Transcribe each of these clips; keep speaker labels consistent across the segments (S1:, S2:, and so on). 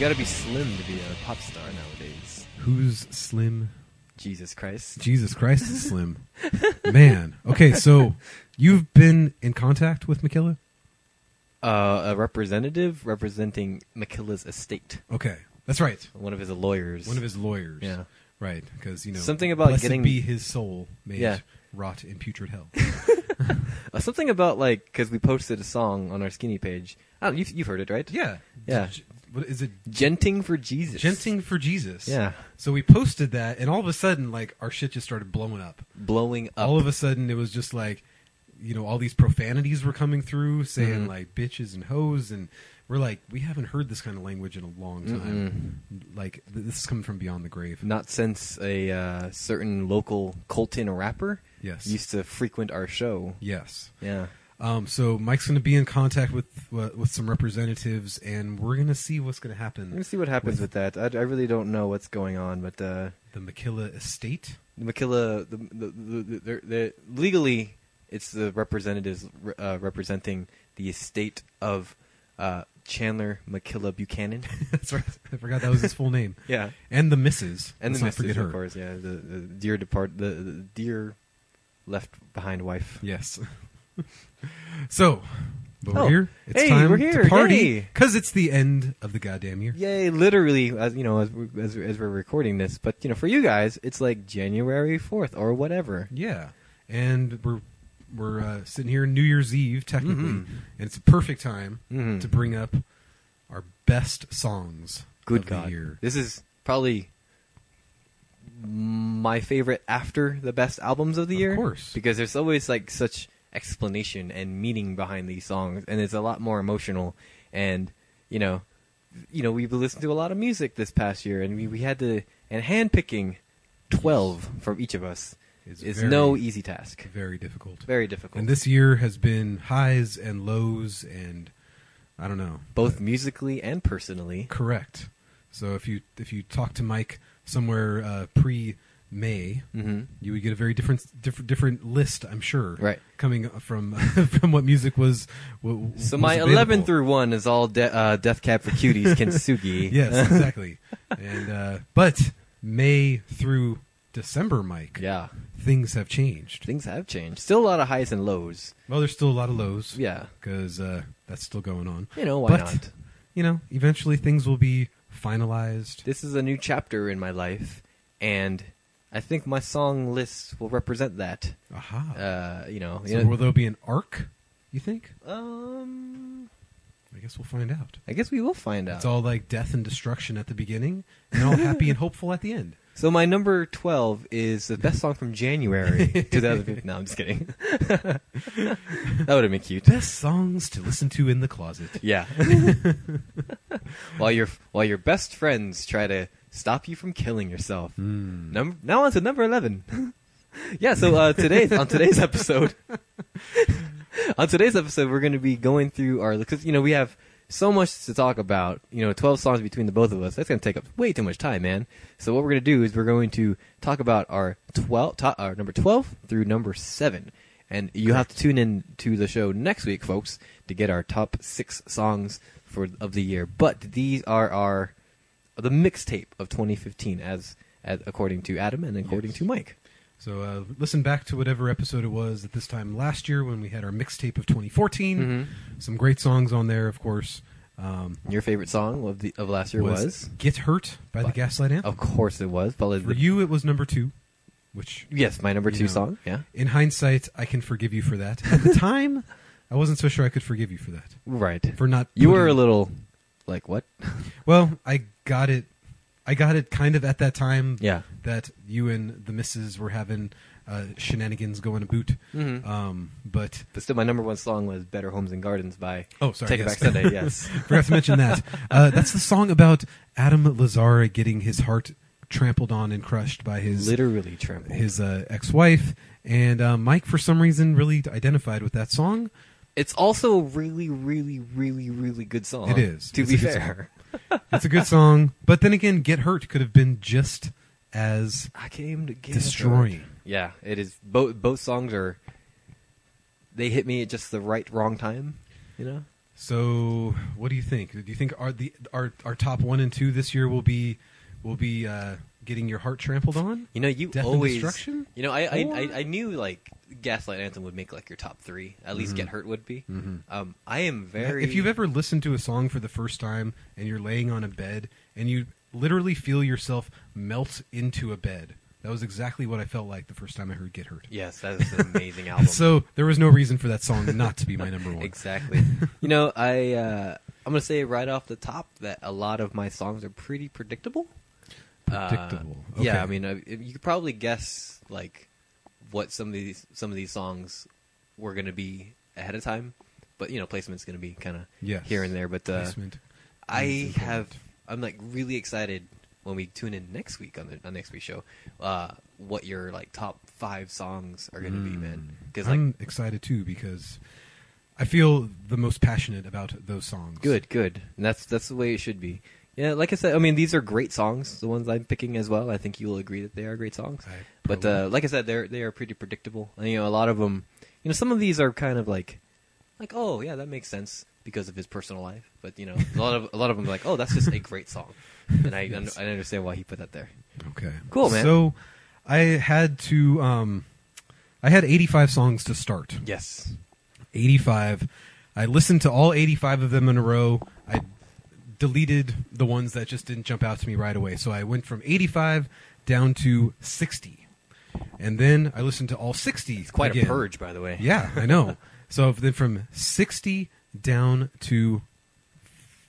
S1: gotta be slim to be a pop star nowadays.
S2: Who's slim?
S1: Jesus Christ.
S2: Jesus Christ is slim. Man. Okay, so you've been in contact with Makilla?
S1: Uh, a representative representing Makilla's estate.
S2: Okay. That's right.
S1: One of his lawyers.
S2: One of his lawyers.
S1: Yeah.
S2: Right, because you know
S1: Something about
S2: blessed
S1: getting-
S2: be his soul made
S1: Yeah.
S2: rot in putrid hell.
S1: Uh, something about like because we posted a song on our skinny page. I don't, you've, you've heard it, right?
S2: yeah,
S1: Yeah.
S2: G- What is it?
S1: Genting for Jesus.
S2: Genting for Jesus.
S1: Yeah.
S2: So we posted that, and all of a sudden, like our shit just started blowing up.
S1: Blowing up.
S2: All of a sudden, it was just like, you know, all these profanities were coming through, saying
S1: Mhm.
S2: like bitches and hoes, and we're like, we haven't heard this kind of language in a long time. Like th- this is coming from beyond the grave.
S1: Not since a uh, certain local Colton rapper
S2: Yes.
S1: used to frequent our show.
S2: Yes.
S1: Yeah.
S2: Um, so Mike's going to be in contact with uh, with some representatives, and we're going to see what's going to
S1: Let me
S2: happen.
S1: see what happens with that. I, I really don't know what's going on, but uh,
S2: The Makilla Estate.
S1: Makilla, the, the, the, the, they're- they're- legally, it's the representatives re- uh, representing the estate of uh, Chandler Makilla Buchanan.
S2: That's right. I forgot that was his full name.
S1: yeah,
S2: And the Misses.
S1: and
S2: Let's
S1: the
S2: not
S1: missus,
S2: forget her.
S1: of course. Yeah, the, the dear depart, the, the dear left behind wife.
S2: Yes. so, but
S1: Oh.
S2: we're here. It's
S1: Hey,
S2: time
S1: we're here.
S2: to party
S1: Yay.
S2: because it's the end of the goddamn year.
S1: Yay! Literally, as you know, as, we- as as we're recording this, but you know, for you guys, it's like January fourth or whatever.
S2: Yeah, and we're we're uh, sitting here New Year's Eve technically,
S1: Mhm.
S2: and it's a perfect time
S1: Mhm.
S2: to bring up our best songs
S1: Good
S2: of
S1: God.
S2: the year.
S1: This is probably my favorite after the best albums of the
S2: Of
S1: year.
S2: course.
S1: Because there's always like such explanation and meaning behind these songs and it's a lot more emotional and you know you know, we've listened to a lot of music this past year and we, we had to and handpicking twelve from each of us
S2: It's
S1: is
S2: very-
S1: no easy task.
S2: Very difficult.
S1: Very difficult.
S2: And this year has been highs and lows, and I don't know.
S1: both musically and personally.
S2: Correct. So if you if you talk to Mike somewhere uh, pre May,
S1: Mm-hmm.
S2: you would get a very different different different list, I'm sure.
S1: Right.
S2: Coming from from what music was. What,
S1: So my eleven through one is all de- uh, Death Cab for Cuties, Kintsugi.
S2: Yes, exactly. and uh, but May through December, Mike.
S1: Yeah,
S2: Things have changed.
S1: things have changed. Still a lot of highs and lows.
S2: well, there's still a lot of lows.
S1: Yeah,
S2: Because uh, that's still going on.
S1: you know why
S2: But-
S1: not?
S2: You know, eventually things will be finalized.
S1: This is a new chapter in my life, and I think my song list will represent that.
S2: Aha.
S1: Uh, you know,
S2: so
S1: you know-
S2: will there be an arc? You think?
S1: um,
S2: I guess we'll find out.
S1: I guess we will find out.
S2: It's all like death and destruction at the beginning, and all happy and hopeful at the end.
S1: so my number twelve is the best song from January 2015. no, I'm just kidding. that would have been cute.
S2: Best songs to listen to in the closet.
S1: Yeah. while your while your best friends try to stop you from killing yourself.
S2: Mm.
S1: Num- now on to number eleven. yeah. So uh, today on today's episode, on today's episode, we're going to be going through our because you know we have so much to talk about. You know, twelve songs between the both of us. That's going to take up way too much time, man. So what we're going to do is we're going to talk about our twelve, to- our number twelve through number seven. And you have to tune in to the show next week, folks, to get our top six songs for of the year. But these are our the mixtape of 2015, as, as according to Adam and according
S2: Yes.
S1: to Mike.
S2: So uh, listen back to whatever episode it was at this time last year when we had our mixtape of 2014. Some great songs on there, of course. Um,
S1: Your favorite song of the of last year was,
S2: "Get Hurt" by the
S1: But-
S2: Gaslight Anthem.
S1: of course, it was. But
S2: For you, it was number two, which
S1: yes, my number
S2: You
S1: two
S2: know.
S1: song. Yeah,
S2: in hindsight I can forgive you for that. At the time, I wasn't so sure I could forgive you for that
S1: right.
S2: for not.
S1: you were a
S2: putting-
S1: little like what?
S2: Well, I got it. I got it kind of at that time.
S1: Yeah.
S2: That you and the missus were having uh, shenanigans going about.
S1: Mhm.
S2: Um, but
S1: But still, my number one song was "Better Homes and Gardens" by
S2: Oh, sorry,
S1: Take
S2: yes.
S1: It Back Sunday. Yes,
S2: forgot to mention that. Uh, that's the song about Adam Lazara getting his heart trampled on and crushed by his
S1: literally tremble.
S2: his uh, ex-wife. And uh, Mike, for some reason, really identified with that song.
S1: It's also a really, really, really, really good song.
S2: It is.
S1: To
S2: It's
S1: be
S2: a good
S1: fair,
S2: It's a good song, but then again, "Get Hurt" could have been just as
S1: I came to get
S2: destroying.
S1: Yeah, it is. Both both songs are. They hit me at just the right wrong time, you know.
S2: So, what do you think? Do you think our the our our top one and two this year will be will be uh, getting your heart trampled on?
S1: You know, you
S2: Death and
S1: always
S2: Destruction?
S1: You know, I, I,
S2: Or-
S1: I, I knew like Gaslight Anthem would make like your top three. At least Get Hurt would be. Um, I am very.
S2: Mm-hmm. If you've ever listened to a song for the first time and you're laying on a bed and you literally feel yourself melt into a bed, that was exactly what I felt like the first time I heard "Get Hurt."
S1: yes, that is an amazing album.
S2: So there was no reason for that song not to be my number one.
S1: exactly. you know, I uh, I'm gonna say right off the top that a lot of my songs are pretty predictable. Uh,
S2: Predictable. Okay.
S1: Yeah, I mean, uh, you could probably guess like what some of these some of these songs were gonna be ahead of time, but you know, placement's gonna be kind of
S2: Yes.
S1: here and there. But uh,
S2: Placement. Yes,
S1: I
S2: important.
S1: have. I'm like really excited when we tune in next week on the on next week's show. Uh, what your like top five songs are going to be, man? Because like,
S2: Mm. I'm excited too because I feel the most passionate about those songs.
S1: good, good. And that's that's the way it should be. Yeah, like I said, I mean these are great songs. The ones I'm picking as well. I think you will agree that they are great songs.
S2: I
S1: But
S2: probably-
S1: uh, like I said, they're they are pretty predictable. And, you know, a lot of them. You know, some of these are kind of like, like oh yeah, that makes sense because of his personal life. But you know, a lot of a lot of them are like oh that's just a great song, and I
S2: Yes.
S1: I understand why he put that there.
S2: Okay.
S1: Cool, man.
S2: So I had to um I had 85 songs to start.
S1: Yes.
S2: 85. I listened to all 85 of them in a row. I deleted the ones that just didn't jump out to me right away. So I went from 85 down to 60. And then I listened to all 60.
S1: It's quite
S2: again.
S1: a purge, by the way.
S2: Yeah, I know. so then from 60 down to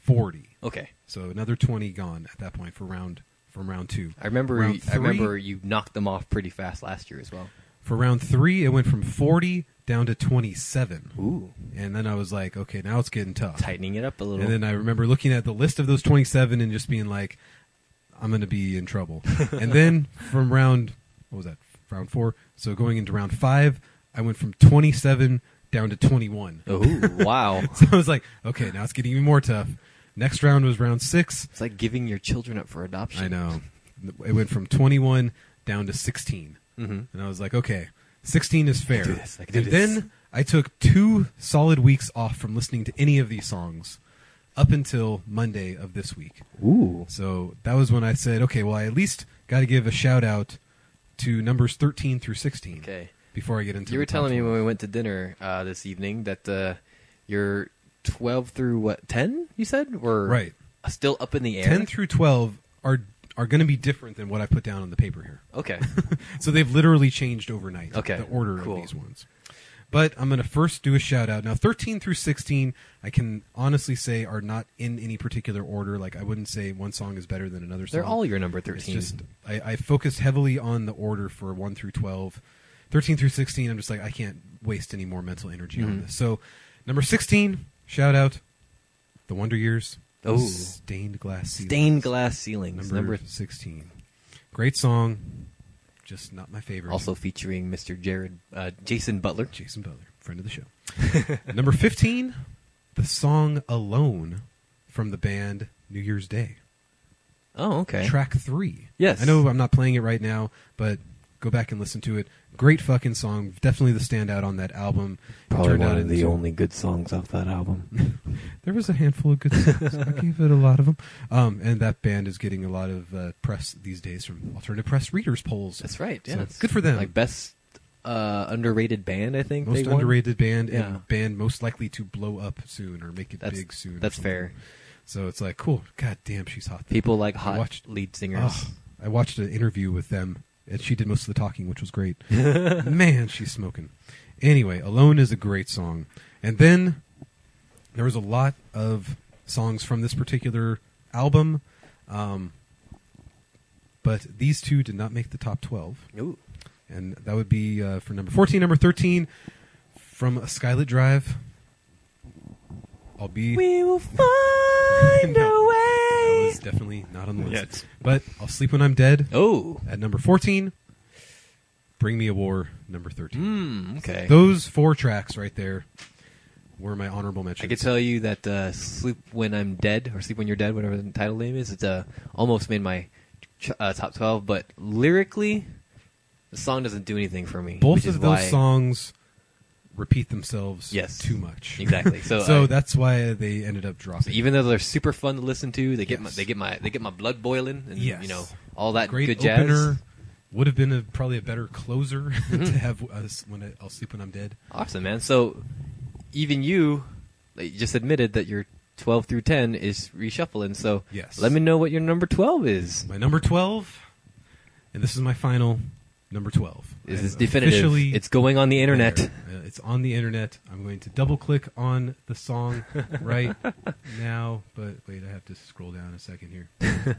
S2: 40.
S1: Okay.
S2: So another 20 gone at that point for round from round 2.
S1: I remember.
S2: Round
S1: I
S2: three?
S1: remember you knocked them off pretty fast last year as well.
S2: For round 3 it went from 40 down to 27.
S1: Ooh.
S2: And then I was like, okay, now it's getting tough.
S1: Tightening it up a little.
S2: And then I remember looking at the list of those 27 and just being like, I'm going to be in trouble. and then from round, what was that? Round four. So going into round five, I went from 27 down to 21.
S1: oh wow!
S2: So I was like, okay, now it's getting even more tough. Next round was round six.
S1: It's like giving your children up for adoption.
S2: I know. It went from 21 down to 16.
S1: Mm-hmm.
S2: And I was like, okay, 16 is fair.
S1: do this. I can do
S2: and
S1: this.
S2: then I took two solid weeks off from listening to any of these songs up until Monday of this week.
S1: Ooh.
S2: So that was when I said, okay, well, I at least got to give a shout out to numbers 13 through 16
S1: Okay.
S2: before I get into
S1: You
S2: the
S1: were
S2: top
S1: telling me
S2: 12.
S1: when we went to dinner uh, this evening that uh, your twelve through what ten you said were
S2: Right.
S1: still up in the air.
S2: 10 through 12 are are going to be different than what I put down on the paper here.
S1: Okay.
S2: So they've literally changed overnight
S1: Okay,
S2: the order
S1: cool.
S2: of these ones. But I'm going to first do a shout out. Now 13 through 16 I can honestly say are not in any particular order like I wouldn't say one song is better than another
S1: They're
S2: song.
S1: all your number
S2: It's
S1: thirteen.
S2: just I, I focused heavily on the order for one through twelve. Thirteen through sixteen, I'm just like I can't waste any more mental energy on
S1: Mhm.
S2: this. So number sixteen, shout out The Wonder Years.
S1: Oh.
S2: Stained glass ceilings.
S1: Stained glass ceilings.
S2: number,
S1: Number,
S2: sixteen. Great song. Just not my favorite.
S1: also featuring Mr. Jared uh, Jason Butler.
S2: Jason Butler, friend of the show. number fifteen, the song Alone from the band New Year's Day.
S1: Oh, okay.
S2: track three.
S1: Yes.
S2: I know I'm not playing it right now, but go back and listen to it. Great fucking song. Definitely the standout on that album. It
S1: Probably
S2: turned
S1: one
S2: out
S1: of the
S2: into-
S1: only good songs off that album.
S2: There was a handful of good songs. I gave it a lot of them. Um, and that band is getting a lot of uh, press these days from alternative press readers polls.
S1: That's right.
S2: So
S1: Yeah, it's
S2: good for them.
S1: Like best uh, underrated band, I think.
S2: most
S1: they won.
S2: underrated band
S1: Yeah.
S2: and band most likely to blow up soon or make it
S1: That's
S2: big soon. or
S1: That's
S2: something.
S1: fair.
S2: So it's like, cool. God damn, she's hot.
S1: People like
S2: I
S1: hot
S2: watched-
S1: lead singers.
S2: Ugh, I watched an interview with them, and she did most of the talking, which was great. Man, she's smoking. Anyway, "Alone" is a great song, and then there was a lot of songs from this particular album, um, but these two did not make the top twelve,
S1: Ooh.
S2: and that would be uh, for number fourteen, number thirteen, from a Skylit Drive. I'll be.
S1: We will find
S2: No. that
S1: a way.
S2: was definitely not on the list,
S1: Yes.
S2: but I'll sleep when I'm dead.
S1: Oh.
S2: At number 14, Bring Me a War, number 13.
S1: Mm, okay.
S2: Those four tracks right there were my honorable mentions.
S1: I could tell you that uh, "Sleep When I'm Dead" or "Sleep When You're Dead," whatever the title name is, it uh, almost made my ch- uh, top twelve. But lyrically, the song doesn't do anything for me.
S2: Both
S1: which is
S2: of those
S1: why-
S2: songs repeat themselves
S1: Yes.
S2: too much.
S1: Exactly. So,
S2: so
S1: I-
S2: that's why they ended up dropping.
S1: even though they're super fun to listen to, they get my,
S2: Yes.
S1: they get my they get my blood boiling and
S2: Yes.
S1: you know all that
S2: great
S1: good jazz.
S2: opener would have been a, probably a better closer to
S1: Mm-hmm.
S2: have us when I, I'll sleep when I'm dead.
S1: Awesome, man. So even you, like, you just admitted that your 12 through 10 is reshuffling. So
S2: Yes.
S1: let me know what your number 12 is.
S2: My number twelve, and this is my final number twelve.
S1: Is
S2: I'm
S1: this definitive?
S2: officially
S1: It's going on the internet.
S2: there. Uh, it's on the internet. I'm going to double click on the song right now. But wait, I have to scroll down a second here. I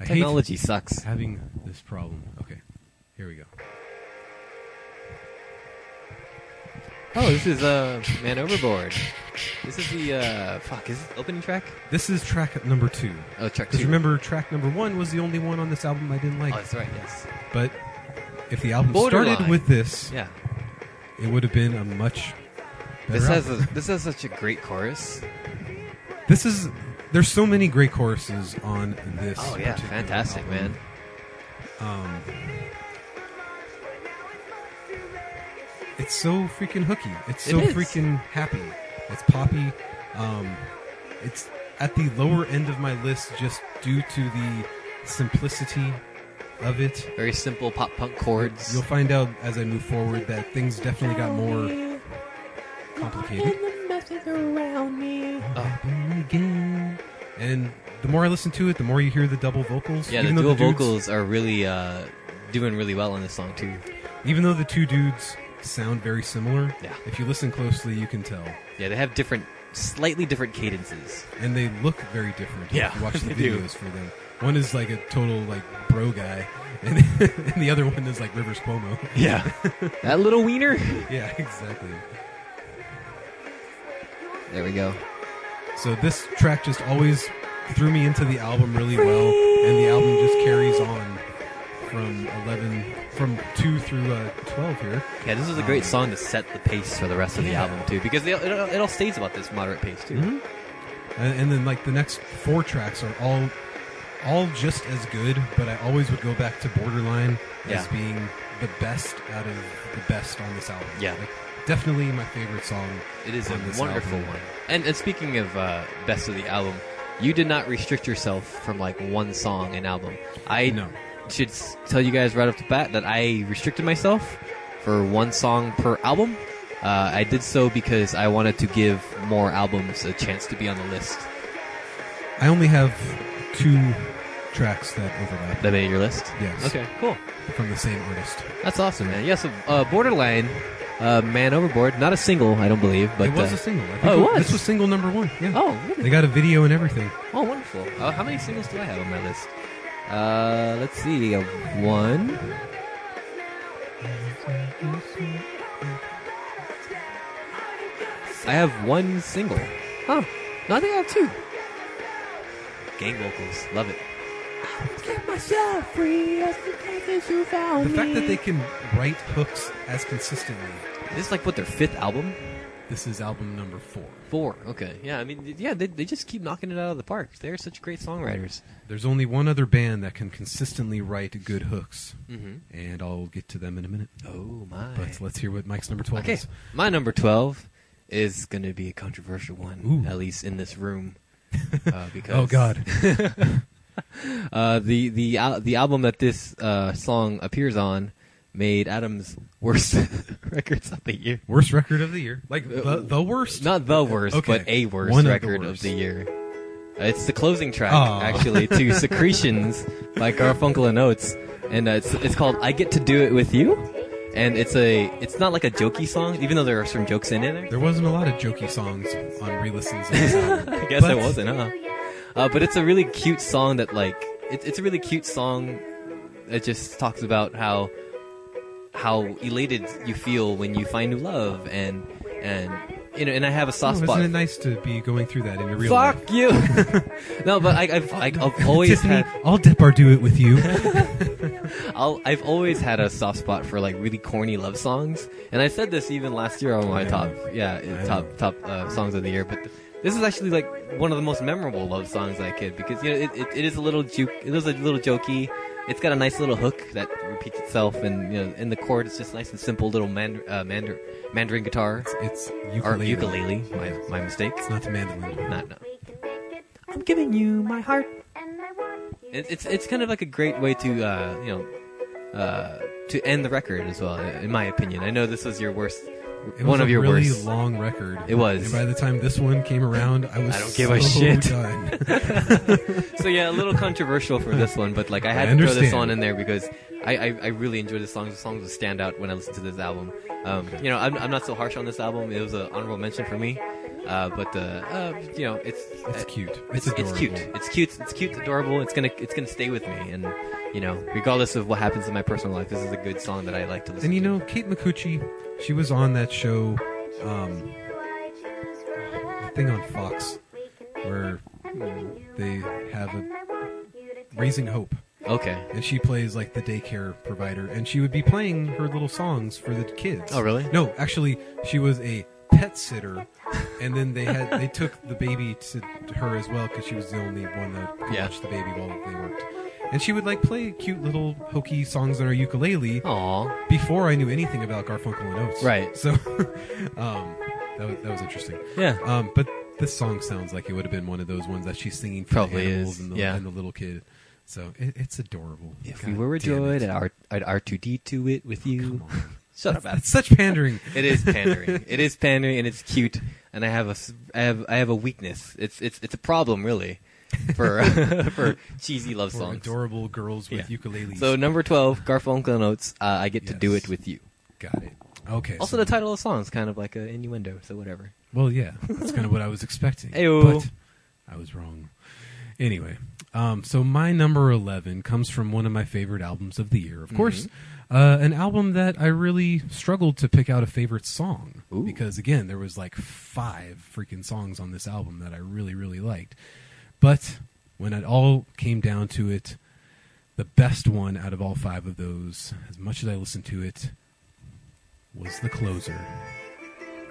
S2: hate
S1: Technology sucks.
S2: having this problem. Okay, here we go.
S1: Oh, this is uh, Man Overboard. This is the uh, fuck. Is it opening track?
S2: This is track number two.
S1: Oh, track
S2: Because
S1: two.
S2: remember, track number one was the only one on this album I didn't
S1: oh,
S2: like.
S1: that's right. Yes.
S2: But if the album started
S1: Borderline.
S2: with this,
S1: Yeah.
S2: it would have been a much better.
S1: This has
S2: album.
S1: a, this has such a great chorus.
S2: this is there's so many great choruses on this.
S1: Oh yeah,
S2: particular
S1: fantastic,
S2: album.
S1: man.
S2: Um, it's so freaking hooky. It's
S1: It
S2: so
S1: is.
S2: freaking happy. It's poppy. Um, it's at the lower end of my list just due to the simplicity of it.
S1: Very simple pop punk chords.
S2: You'll find out as I move forward that things definitely got more complicated.
S1: Oh.
S2: And the more I listen to it, the more you hear the double vocals.
S1: Yeah,
S2: even
S1: the
S2: though
S1: dual
S2: dudes-
S1: vocals are really uh, doing really well on this song too.
S2: Even though the two dudes sound very similar,
S1: Yeah.
S2: if you listen closely, you can tell.
S1: Yeah, they have different, slightly different cadences.
S2: And they look very different. if
S1: Yeah,
S2: you watch the
S1: they do.
S2: videos for them. One is like a total like bro guy, and, and the other one is like Rivers Cuomo.
S1: Yeah, that little wiener.
S2: yeah, exactly.
S1: There we go.
S2: So this track just always threw me into the album really well, and the album just carries on from eleven, from two through uh, twelve here.
S1: Yeah, this is a great song to set the pace for the rest of the
S2: Um, Yeah.
S1: album too, because they, it, all- it all stays about this moderate pace too.
S2: Mhm.
S1: Mm-hmm.
S2: And, and then like the next four tracks are all all just as good, but I always would go back to Borderline as
S1: Yeah.
S2: being the best out of the best on this album.
S1: Yeah.
S2: like, definitely my favorite song.
S1: It is a
S2: Mm-hmm. on this
S1: wonderful
S2: album.
S1: one. And and speaking of uh, best of the album, you did not restrict yourself from like one song and album. I
S2: No.
S1: should s- tell you guys right off the bat that I restricted myself for one song per album. Uh, I did so because I wanted to give more albums a chance to be on the list.
S2: I only have two tracks that overlap
S1: That made your list.
S2: Yes.
S1: Okay. Cool.
S2: from the same artist.
S1: That's awesome, man. Yes. Yeah, so, uh, Borderline, uh, Man Overboard. Not a single, I don't believe, but
S2: it was
S1: uh,
S2: a single. I think
S1: oh, it was?
S2: This was single number one. Yeah.
S1: oh, really?
S2: They got a video and everything.
S1: Oh, wonderful. Uh, how many singles do I have on my list? Uh, let's see. Uh, one. I have one single. Oh, no, I think I have two. Gang vocals. Love it.
S2: The fact that they can write hooks as consistently.
S1: Is this like what their fifth album?
S2: This is album number four.
S1: Four. Okay. Yeah, I mean, yeah, they, they just keep knocking it out of the park. They're such great songwriters.
S2: There's only one other band that can consistently write good hooks,
S1: Mm-hmm.
S2: and I'll get to them in a minute.
S1: Oh, my.
S2: But let's hear what Mike's number twelve
S1: Okay,
S2: is.
S1: my number twelve is going to be a controversial one,
S2: Ooh.
S1: at least in this room, uh, because
S2: Oh God,
S1: uh, the the al- the album that this uh, song appears on made Adam's worst records of the year.
S2: worst record of the year, like the, the worst.
S1: Uh, Not the worst,
S2: Okay.
S1: but a worst
S2: One of the
S1: record of
S2: worst.
S1: the year. Uh, It's the closing track,
S2: Aw.
S1: actually, to Secretions by Garfunkel and Oates, and uh, it's it's called "I Get to Do It with You," and it's a it's not like a jokey song, even though there are some jokes in there.
S2: There wasn't a lot of jokey songs on re-listens. Of this album.
S1: I guess
S2: But-
S1: it wasn't, huh? Uh, but it's a really cute song that, like, it, it's a really cute song that just talks about how how elated you feel when you find new love, and and you know, and I have a
S2: Oh,
S1: soft
S2: isn't
S1: spot.
S2: it nice to be going through that in your real
S1: Fuck
S2: life?
S1: you! no, but I, I've I, I've always
S2: Tiffany,
S1: had
S2: I'll dip or do it with you.
S1: I'll, I've always had a soft spot for like really corny love songs, and I said this even last year on my
S2: I know.
S1: top yeah
S2: I
S1: top
S2: know.
S1: top uh, songs of the year, but. This is actually like one of the most memorable love songs I could because you know it, it, it is a little juke, it is a little jokey. It's got a nice little hook that repeats itself, and you know, in the chord it's just nice and simple little mand- uh, mandar- Mandarin guitar
S2: It's
S1: or
S2: ukulele.
S1: ukulele. My my mistake.
S2: It's not the mandolin.
S1: Not no.
S3: I'm giving you my heart.
S1: It, it's it's kind of like a great way to uh, you know uh, to end the record as well, in my opinion. I know this was your worst,
S2: It was
S1: one
S2: a
S1: of your
S2: really
S1: worst.
S2: long record.
S1: It was.
S2: And by the time this one came around, I was
S1: I don't give a
S2: so
S1: shit.
S2: done.
S1: so yeah, a little controversial for this one, but like I had
S2: I
S1: to throw this
S2: understand.
S1: on in there because I, I, I really enjoyed the songs. The songs would stand out when I listened to this album. Um, you know, I'm, I'm not so harsh on this album. It was an honorable mention for me, uh, but uh, uh, you know, it's
S2: It's
S1: uh,
S2: cute.
S1: It's, it's,
S2: It's, adorable.
S1: cute. It's cute. It's cute. Adorable. It's gonna it's gonna stay with me, and you know, regardless of what happens in my personal life, this is a good song that I like to listen.
S2: And you
S1: to.
S2: know, Kate Micucci, she was on that show, um, the thing on Fox, where they have a Raising Hope,
S1: okay.
S2: and she plays like the daycare provider, and she would be playing her little songs for the kids.
S1: Oh, really?
S2: No, actually, she was a pet sitter, and then they had they took the baby to to her as well because she was the only one that could
S1: Yeah.
S2: watch the baby while they worked. And she would like play cute little hokey songs on her ukulele
S1: Aw.
S2: before I knew anything about Garfunkel and Oates.
S1: Right.
S2: So, um, that was, that was interesting.
S1: Yeah.
S2: Um, but this song sounds like it would have been one of those ones that she's singing for
S1: Probably
S2: the animals
S1: is,
S2: And, the,
S1: yeah.
S2: and the little kid. So it, it's adorable.
S1: If
S2: God
S1: we were a
S2: damn
S1: droid,
S2: it.
S1: I'd R I'd R two D two it with you.
S2: Come on.
S1: Shut up. Adam.
S2: That's such pandering.
S1: It is pandering. it is pandering, and it's cute. And I have a, s- I have, I have a weakness. It's, it's, it's a problem, really, for, for cheesy love
S2: For
S1: songs.
S2: adorable girls with
S1: Yeah.
S2: ukuleles.
S1: So number twelve, Garfunkel notes. Uh, I get to do
S2: Yes.
S1: it with you.
S2: got it. Okay.
S1: Also,
S2: so-
S1: the title of the song is kind of like an innuendo, so whatever.
S2: Well, yeah, that's kind of what I was expecting.
S1: Ayo.
S2: But I was wrong. Anyway, um, so my number 11 comes from one of my favorite albums of the year, of course. Uh, an album that I really struggled to pick out a favorite song
S1: Ooh.
S2: because, again, there was like five freaking songs on this album that I really, really liked. But when it all came down to it, the best one out of all five of those, as much as I listened to it, was the closer.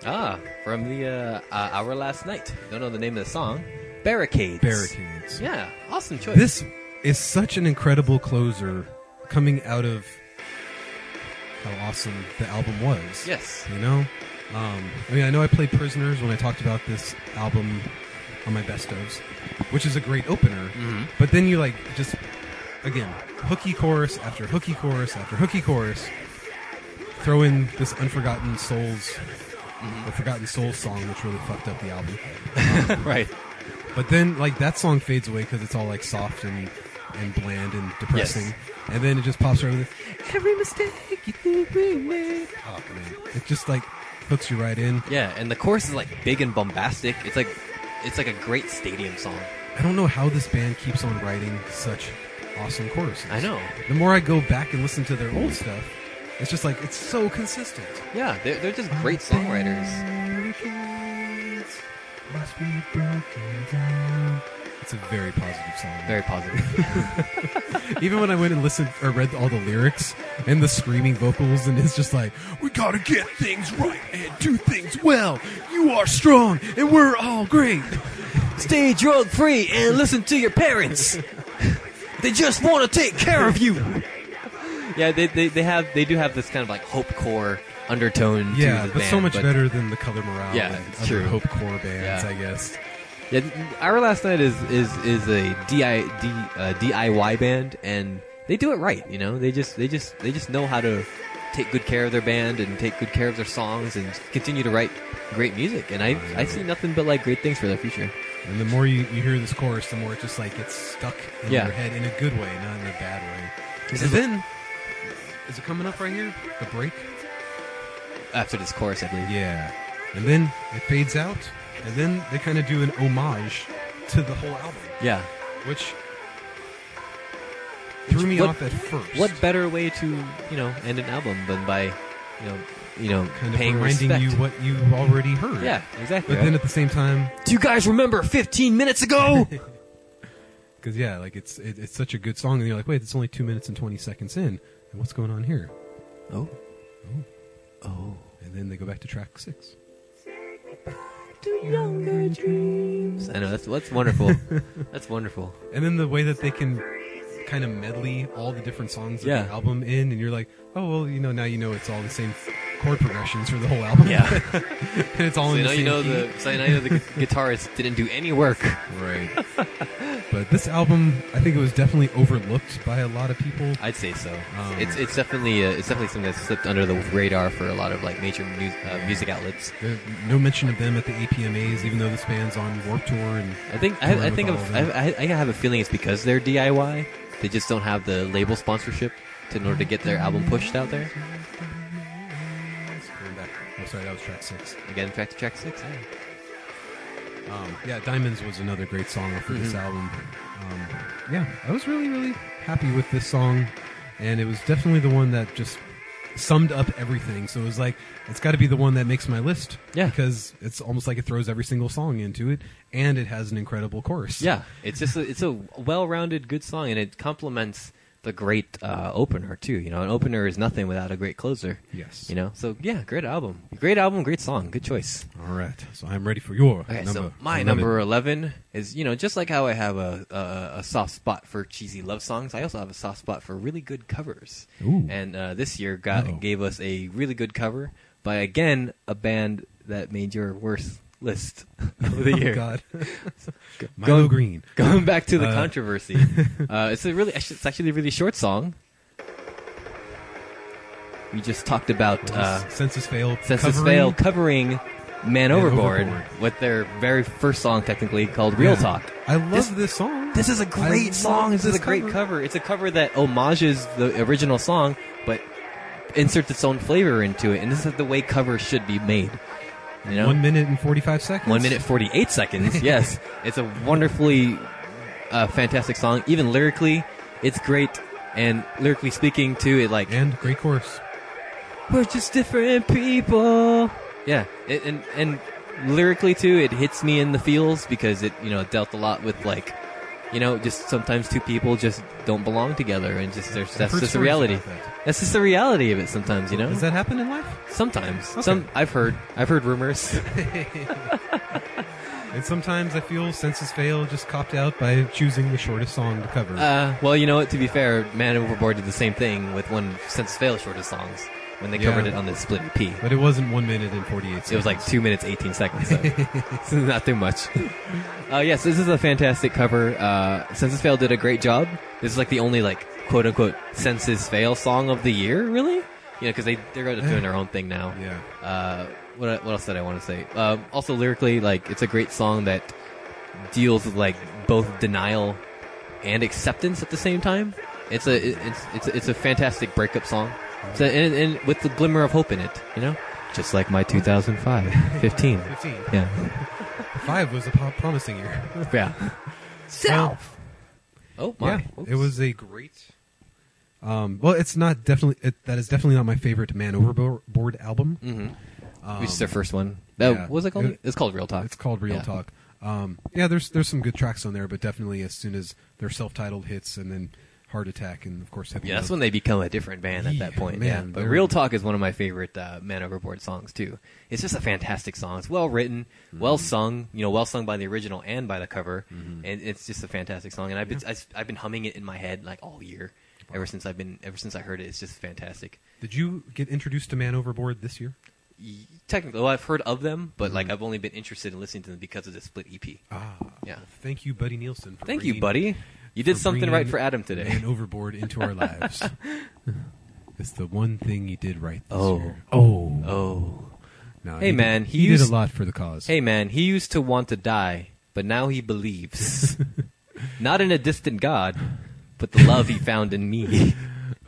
S1: Ah, from the uh, uh, Our Last Night. Don't know the name of the song. Barricades.
S2: Barricades.
S1: Yeah, awesome choice.
S2: This is such an incredible closer coming out of how awesome the album was.
S1: Yes.
S2: You know? Um, I mean, I know I played Prisoners when I talked about this album on my best ofs, which is a great opener.
S1: Mhm.
S2: But then you, like, just, again, hooky chorus after hooky chorus after hooky chorus, throw in this Unforgotten Souls,
S1: Mm-hmm.
S2: or Forgotten Souls song, which really fucked up the album.
S1: right.
S2: But then, like that song fades away because it's all like soft and and bland and depressing,
S1: Yes.
S2: and then it just pops right with every mistake you think we made. Oh man, it just like hooks you right in.
S1: Yeah, and the chorus is like big and bombastic. It's like, it's like a great stadium song.
S2: I don't know how this band keeps on writing such awesome choruses.
S1: I know.
S2: The more I go back and listen to their old stuff, it's just like it's so consistent.
S1: Yeah, they're, they're just great songwriters.
S2: Barricades must be broken down. It's a very positive song.
S1: Very positive.
S2: Even when I went and listened or read all the lyrics and the screaming vocals, and it's just like, we gotta get things right and do things well. You are strong and we're all great.
S1: Stay drug free and listen to your parents. they just want to take care of you. Yeah, they, they, they have they do have this kind of like hope core undertone.
S2: Yeah,
S1: to the
S2: but so
S1: band,
S2: much better than the Color Morale
S1: Yeah,
S2: and
S1: it's
S2: other
S1: true.
S2: Hope Core bands,
S1: Yeah.
S2: I guess.
S1: Yeah, our last night is is is a DI, D, uh, DIY band, and they do it right. You know, they just they just they just know how to take good care of their band and take good care of their songs and continue to write great music. And I I see nothing but like great things for their future.
S2: And the more you, you hear this chorus, the more it just like gets stuck in
S1: Yeah.
S2: your head in a good way, not in a bad way.
S1: This is
S2: and
S1: what-
S2: then, is it coming up right here? The break?
S1: After this chorus, I believe.
S2: Yeah. And then it fades out, and then they kind of do an homage to the whole album.
S1: Yeah.
S2: which threw me
S1: what-
S2: off at first.
S1: What better way to you know end an album than by you know you know
S2: kind of
S1: paying
S2: reminding
S1: respect?
S2: you what you already heard?
S1: yeah, exactly.
S2: but then at the same time,
S1: do you guys remember 15 minutes ago?
S2: because yeah, like it's it, it's such a good song, and you're like, wait, it's only two minutes and twenty seconds in, and what's going on here?
S1: oh, oh,
S2: And then they go back to track six.
S3: to younger dreams.
S1: I know that's that's wonderful. that's wonderful.
S2: And then the way that they can kind of medley all the different songs of
S1: Yeah.
S2: the album in, and you're like, oh well, you know, now you know it's all the same chord progressions for the whole album. and it's all
S1: so
S2: in the
S1: now
S2: same
S1: you know
S2: key.
S1: the so now you know the gu- guitarist didn't do any work.
S2: right. but this album, I think it was definitely overlooked by a lot of people.
S1: I'd say so.
S2: Um,
S1: it's it's definitely uh, it's definitely something that's slipped under the radar for a lot of like major mu- uh, music outlets.
S2: There- no mention of them at the APMAs, even though this band's on Warp Tour and
S1: I think I, I think
S2: Right with
S1: of,
S2: all of
S1: I, I I have a feeling it's because they're DIY. They just don't have the label sponsorship to, in order to get their album pushed out there.
S2: Going back. Oh, sorry, that was track six.
S1: Again, track to track six.
S2: Um, yeah, Diamonds was another great song off of this
S1: Mhm.
S2: album. Um, yeah, I was really, really happy with this song, and it was definitely the one that just summed up everything. So it was like, it's got to be the one that makes my list.
S1: Yeah.
S2: Because it's almost like it throws every single song into it, and it has an incredible chorus.
S1: Yeah, it's just a, it's a well-rounded good song, and it complements the great uh, opener too. You know, an opener is nothing without a great closer.
S2: Yes.
S1: You know, so yeah, great album, great album, great song, good choice.
S2: All right. So I'm ready for your
S1: Okay,
S2: number.
S1: so my
S2: 11.
S1: number eleven is you know just like how I have a, a a soft spot for cheesy love songs, I also have a soft spot for really good covers.
S2: Ooh.
S1: And uh, this year got
S2: Uh-oh.
S1: gave us a really good cover by again a band that made your worst list of the year.
S2: Oh, God. Milo Green.
S1: Going back to the
S2: Uh,
S1: controversy, uh, it's a really it's actually a really short song. We just talked about uh,
S2: Census Fail.
S1: Census
S2: covering-
S1: Fail covering Man
S2: Man
S1: Overboard,
S2: Overboard.
S1: with their very first song, technically called Real
S2: Yeah.
S1: Talk.
S2: I love
S1: This-
S2: this, song.
S1: This is a
S2: I
S1: great
S2: love
S1: song. This, is a great
S2: cover.
S1: cover. It's a cover that homages the original song, but inserts its own flavor into it. And this is the way covers should be made. You know,
S2: One minute and 45 seconds.
S1: one minute 48 seconds. Yes. it's a wonderfully uh, fantastic song. Even lyrically, it's great. And lyrically speaking, too, it like,
S2: And great chorus.
S1: we're just different people. Yeah. It, and, and lyrically, too, it hits me in the feels because it, you know, dealt a lot with like, you know, just sometimes two people just don't belong together and just there's, that's
S2: heard
S1: just the
S2: stories
S1: reality.
S2: about that.
S1: That's just the reality of it sometimes, you know?
S2: Does that happen in life?
S1: sometimes.
S2: Okay.
S1: Some, I've heard, I've heard rumors.
S2: And sometimes I feel Census Fail just copped out by choosing the shortest song to cover.
S1: Uh, well, you know what? To be fair, Man Overboard did the same thing with one Sense Fail shortest songs when they
S2: Yeah.
S1: covered it on the split EP.
S2: but it wasn't one minute and 48 seconds.
S1: It was like two minutes eighteen seconds, so it's not too much. Uh, yes, this is a fantastic cover. Uh, Census Fail did a great job. This is like the only like quote unquote Census Fail song of the year, really. You know, because they they're doing their own thing now.
S2: Yeah.
S1: Uh, what what else did I want to say? Um, also lyrically, like it's a great song that deals with like both denial and acceptance at the same time. It's a it's it's it's a fantastic breakup song. So, and, and with the glimmer of hope in it, you know, just like my 2005, 15.
S2: 15.
S1: Yeah,
S2: Five was a po- promising year.
S1: yeah.
S2: Self!
S1: Oh my!
S2: Yeah. It
S1: Oops.
S2: was a great. Um, well, it's not definitely. It, that is definitely not my favorite Man Overboard album.
S1: Mhm.
S2: Um,
S1: Which is their first one. That
S2: yeah.
S1: what was it called?
S2: It-
S1: it's called Real Talk.
S2: It's called Real
S1: Yeah.
S2: Talk. Um, yeah, there's there's some good tracks on there, but definitely as soon as their self-titled hits and then Heart Attack and of course Heavy
S1: Yeah, that's
S2: Metal.
S1: when they become a different band at that
S2: Yeah,
S1: point.
S2: man,
S1: yeah, but
S2: they're-
S1: Real Talk is one of my favorite uh, Man Overboard songs too. It's just a fantastic song. It's well written,
S2: Mm-hmm.
S1: well sung. You know, well sung by the original and by the cover,
S2: Mm-hmm.
S1: and it's just a fantastic song. And I've been I, have been humming it in my head like all year, ever since I've been ever since I heard it. It's just fantastic.
S2: Did you get introduced to Man Overboard this year?
S1: Y- Technically, well, I've heard of them, but
S2: Mm-hmm.
S1: like I've only been interested in listening to them because of the split E EP.
S2: Ah,
S1: Yeah.
S2: Thank you, Buddy Nielsen. For
S1: Thank you,
S2: bringing-
S1: buddy. You did
S2: for
S1: something
S2: bringing
S1: right for Adam today.
S2: Man overboard into our lives. it's the one thing you did right this
S1: Oh.
S2: year. Oh,
S1: Oh.
S2: No,
S1: Hey,
S2: he did-
S1: man,
S2: he,
S1: he
S2: did
S1: used-
S2: a lot for the cause.
S1: Hey man, he used to want to die, but now he believes. Not in a distant God, but the love he found in me.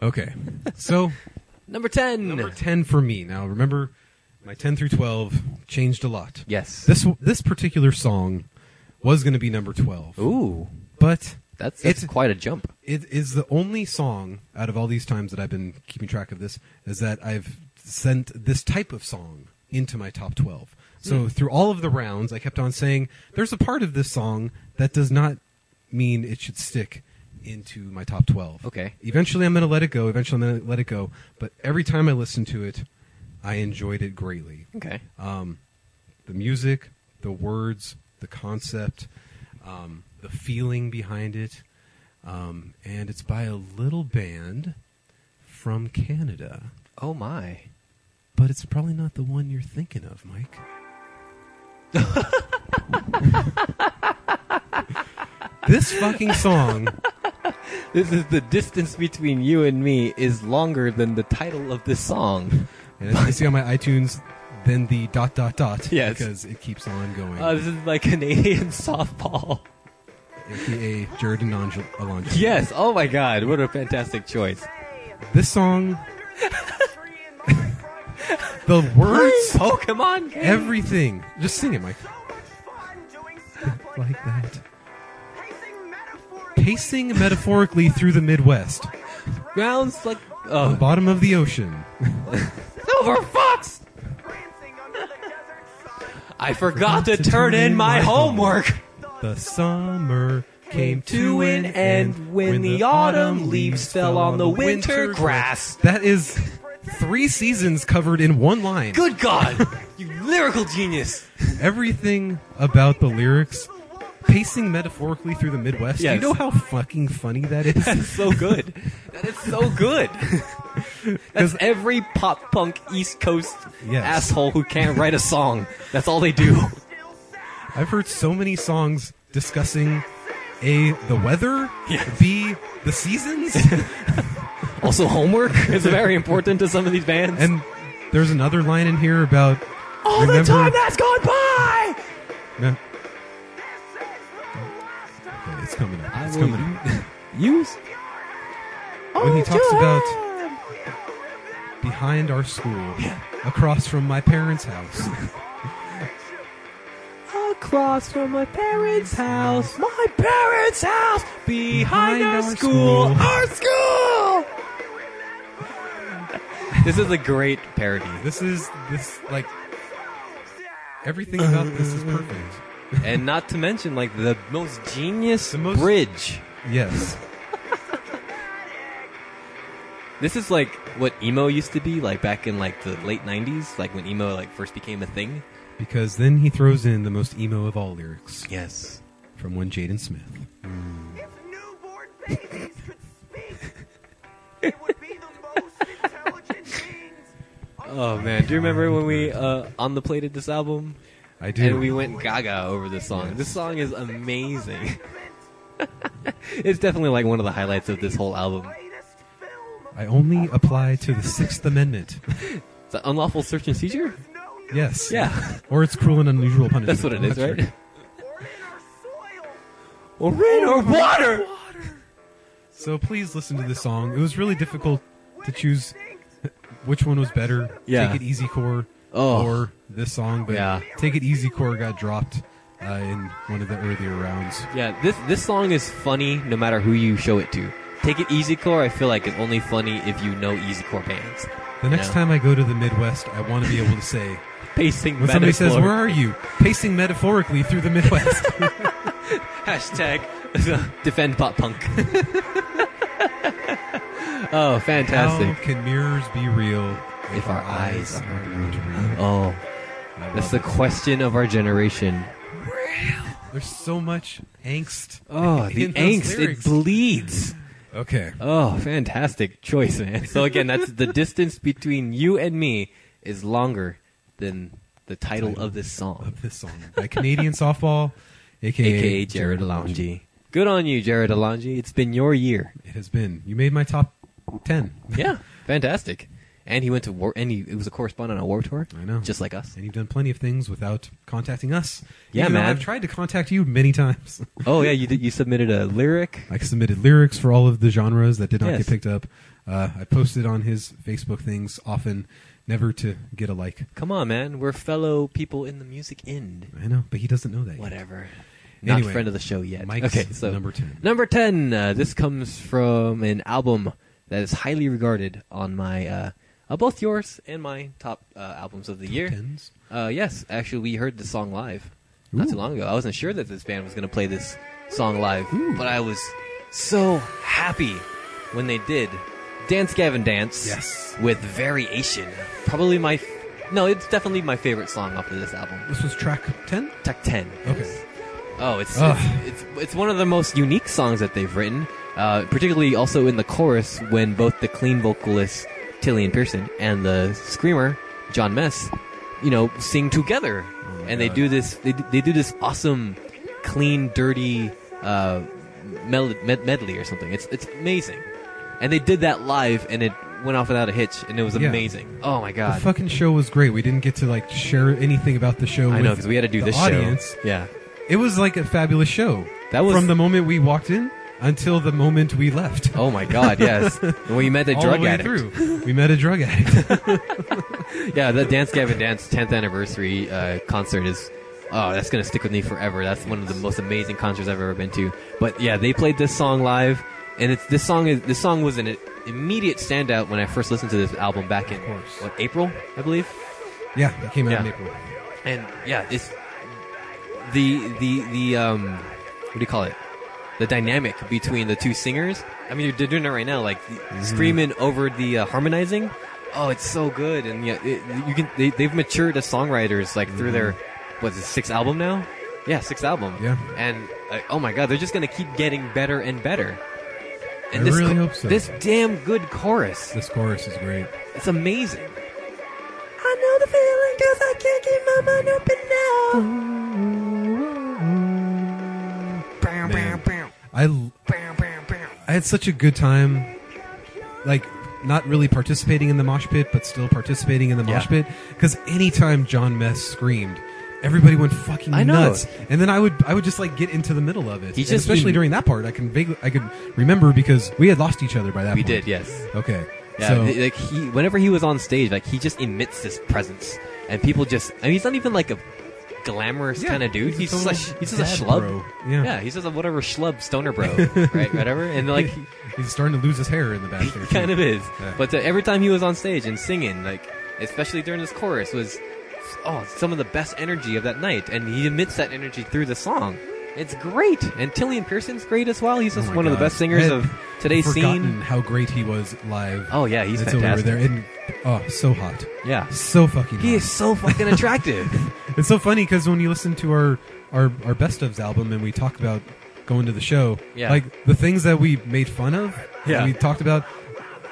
S2: Okay, so
S1: Number 10.
S2: number ten for me. Now remember, my ten through twelve changed a lot.
S1: Yes.
S2: This this particular song was going to be number twelve,
S1: Ooh.
S2: but
S1: That's, that's
S2: It's-
S1: quite a jump.
S2: it is the only song out of all these times that I've been keeping track of this is that I've sent this type of song into my top 12. So through all of the rounds, I kept on saying there's a part of this song that does not mean it should stick into my top 12.
S1: Okay.
S2: Eventually I'm going to let it go, eventually I'm going to let it go, but every time
S1: Uh,
S2: I listened to it, I enjoyed it greatly.
S1: Okay.
S2: Um, the music, the words, the concept, um, the feeling behind it. Um, and it's by a little band from Canada,
S1: Oh my.
S2: but it's probably not the one you're thinking of, Mike. this fucking song.
S1: This is the distance between you and me is longer than the title of this song.
S2: And as you can see on my iTunes, then the dot dot dot.
S1: Yes.
S2: Because it keeps on going.
S1: Uh, this is like Canadian softball.
S2: AKA Jared and Angel- Alonzo.
S1: Yes. Oh my God. What a fantastic choice.
S2: This song, the words,
S1: Pokemon game.
S2: everything. Just sing it, Mike. Like that. Pacing metaphorically through the Midwest,
S1: Grounds like
S2: the
S1: oh,
S2: bottom of the ocean.
S1: Silver Fox. I forgot to turn in my homework.
S2: The summer came
S1: To an end when the autumn leaves fell on the winter grass.
S2: That is three seasons covered in one line.
S1: Good God, you lyrical genius.
S2: Everything about the lyrics, pacing metaphorically through the Midwest. Do
S1: Yes.
S2: you know how fucking funny that is?
S1: That's so good. That is so good. That's
S2: 'Cause-
S1: every pop punk East Coast
S2: Yes.
S1: asshole who can't write a song. That's all they do.
S2: I've heard so many songs discussing a the weather,
S1: Yes.
S2: b the seasons,
S1: Also, homework is very important to some of these bands.
S2: and there's another line in here about
S1: all the
S2: remember-
S1: time that's gone by.
S2: No. Okay, it's coming up. It's coming up.
S1: Use
S2: When he talks about behind our school, across from my parents' house,
S1: across from my parents' house, my parents' house, behind,
S2: Behind
S1: our,
S2: our
S1: school,
S2: school.
S1: our school. this is a great parody,
S2: this is this like everything about this is perfect.
S1: and not to mention like the most genius
S2: The most-
S1: bridge.
S2: Yes,
S1: This is like what emo used to be like back in like the late '90s, like when emo like first became a thing.
S2: because then he throws in the most emo of all lyrics
S1: Yes.
S2: from one Jaden Smith.
S4: If newborn babies could speak, they would be the most intelligent beings.
S1: Oh man, do you remember when we uh, on the plated this album?
S2: I do.
S1: and we went gaga over this song. This song is amazing. it's definitely like one of the highlights of this whole album.
S4: Greatest film
S2: I only apply to the Sixth Amendment.
S1: It's an unlawful search and seizure?
S4: no new
S2: Yes.
S1: Yeah,
S2: Or it's cruel and unusual punishment.
S1: that's what it
S2: I'm
S1: is,
S2: not sure.
S1: right?
S4: or in our soil.
S1: Or rain or water!
S2: So please listen to this song. It was really difficult to choose which one was better.
S1: Yeah.
S2: Take It Easy Core
S1: Oh.
S2: or this song. But
S1: Yeah.
S2: Take It Easy Core got dropped uh, in one of the earlier rounds.
S1: Yeah, this, this song is funny no matter who you show it to. Take It Easy Core, I feel like it's only funny if you know Easy Core bands.
S2: The next
S1: Yeah.
S2: time I go to the Midwest, I want to be able to say,
S1: Pacing
S2: when somebody says, Where
S1: metaphor.
S2: are you? Pacing metaphorically through the Midwest.
S1: Hashtag defend pop punk. oh,
S2: How
S1: fantastic.
S2: can mirrors be real if,
S1: If our eyes
S2: are beyond real?
S1: Oh,
S2: I love
S1: that's the
S2: it.
S1: question of our generation.
S2: There's so much angst.
S1: Oh,
S2: in
S1: the
S2: those
S1: angst,
S2: lyrics.
S1: it bleeds.
S2: okay.
S1: Oh, fantastic choice, man. So again, that's the distance between you and me is longer than the title,
S2: Title.
S1: of this song,
S2: Of this song by Canadian Softball, aka,
S1: aka Jared Alonji. Good on you, Jared Alonji. It's been your year.
S2: It has been. You made my top ten.
S1: Yeah, fantastic. And he went to war, and he it was a correspondent on War Tour.
S2: I know.
S1: just like us.
S2: And you've done plenty of things without contacting us.
S1: Yeah,
S2: Even though
S1: man.
S2: I've tried to contact you many times.
S1: Oh yeah, you did, you submitted a lyric.
S2: I submitted lyrics for all of the genres that did not
S1: Yes.
S2: get picked up. Uh, I posted on his Facebook things often, never to get a like.
S1: Come on, man. We're fellow people in the music end.
S2: I know, but he doesn't know that. yet.
S1: whatever. Not
S2: Anyway,
S1: friend of the show yet.
S2: Mike's
S1: okay, so
S2: number 10.
S1: Number ten. Uh, this comes from an album that is highly regarded on my uh, uh, both yours and my top uh, albums of the year.
S2: Tens.
S1: Uh, yes, actually, we heard the song live not
S2: Ooh.
S1: too long ago. I wasn't sure that this band was going to play this song live,
S2: Ooh.
S1: but I was so happy when they did. Dance Gavin Dance
S2: Yes.
S1: with Variation. Probably my f- No, it's definitely my favorite song off of this album.
S2: This was track 10?
S1: Tech 10.
S2: Okay.
S1: Oh, it's,
S2: Ugh.
S1: it's it's it's one of the most unique songs that they've written, uh, particularly also in the chorus when both the clean vocalist Tillian Pearson and the screamer John Mess, you know, sing together,
S2: Oh my
S1: and they
S2: God.
S1: do this they, d- they do this awesome clean dirty uh, mel- med- medley or something. It's it's amazing, and they did that live, and it went off without a hitch, and it was
S2: Yeah.
S1: amazing. Oh my
S2: The
S1: god!
S2: fucking show was great. We didn't get to like share anything about the show.
S1: I
S2: with
S1: know because we had to do
S2: the
S1: this
S2: audience.
S1: show. Yeah,
S2: It was like a fabulous show.
S1: That was-
S2: from the moment we walked in until the moment we left.
S1: Oh my God! Yes, when we met the
S2: All
S1: drug
S2: the way
S1: addict.
S2: through. We met a drug addict.
S1: Yeah, the Dance Gavin Dance 10th anniversary uh, concert is. Oh, that's gonna stick with me forever. That's one of the most amazing concerts I've ever been to. But yeah, they played this song live, and it's this song is this song was an immediate standout when I first listened to this album back in
S2: course.
S1: what April, I believe.
S2: yeah, that came out in
S1: Yeah.
S2: April.
S1: And yeah, it's the the the um what do you call it? The dynamic between the two singers. I mean, you're doing it right now, like the-
S2: Mm-hmm.
S1: screaming over the uh, harmonizing. Oh, it's so good, and yeah, it, you can. They, they've matured as songwriters, like through their what's it sixth album now? Yeah, sixth album.
S2: Mm-hmm. Yeah.
S1: and like, oh my god, they're just gonna keep getting better and better. And
S2: I
S1: this
S2: really
S1: cho-
S2: hope so.
S1: this damn good chorus,
S2: This chorus is great.
S1: it's amazing.
S3: I know the feeling cause I can't keep my mind open now.
S2: Mm. Man. I l- I had such a good time, like not really participating in the mosh pit, but still participating in the mosh
S1: Yeah.
S2: pit. Because anytime John Mess screamed, everybody went fucking
S1: I know.
S2: nuts. And then I would I would just like get into the middle of it.
S1: He
S2: And
S1: just-
S2: especially during that part, I can vaguely I could remember because we had lost each other by that.
S1: We
S2: point.
S1: did, yes.
S2: Okay.
S1: Yeah,
S2: so
S1: th- like he, whenever he was on stage, like he just emits this presence, and people just—I mean, he's not even like a glamorous
S2: Yeah,
S1: kind of dude. He's,
S2: he's
S1: just
S2: a total
S1: a, sh- he's just a
S2: dad
S1: schlub.
S2: bro. Yeah.
S1: he's just a whatever schlub stoner bro, right? Whatever, and like he
S2: he's starting to lose his hair in the back there.
S1: kind
S2: too.
S1: of is.
S2: Yeah.
S1: But uh, every time he was on stage and singing, like especially during this chorus, was oh some of the best energy of that night, and he emits that energy through the song. It's great, and Tillian Pearson's great as well. He's
S2: Oh
S1: just
S2: my
S1: one of the
S2: God.
S1: best singers
S2: I had
S1: of today's
S2: forgotten
S1: scene.
S2: How great he was live.
S1: Oh yeah, he's
S2: until we were
S1: fantastic.
S2: there, and oh, so hot,
S1: Yeah,
S2: so fucking.
S1: he
S2: hot.
S1: is so fucking attractive.
S2: It's so funny because when you listen to our, our our best ofs album and we talk about going to the show,
S1: Yeah.
S2: like the things that we made fun of,
S1: Yeah.
S2: that we talked about,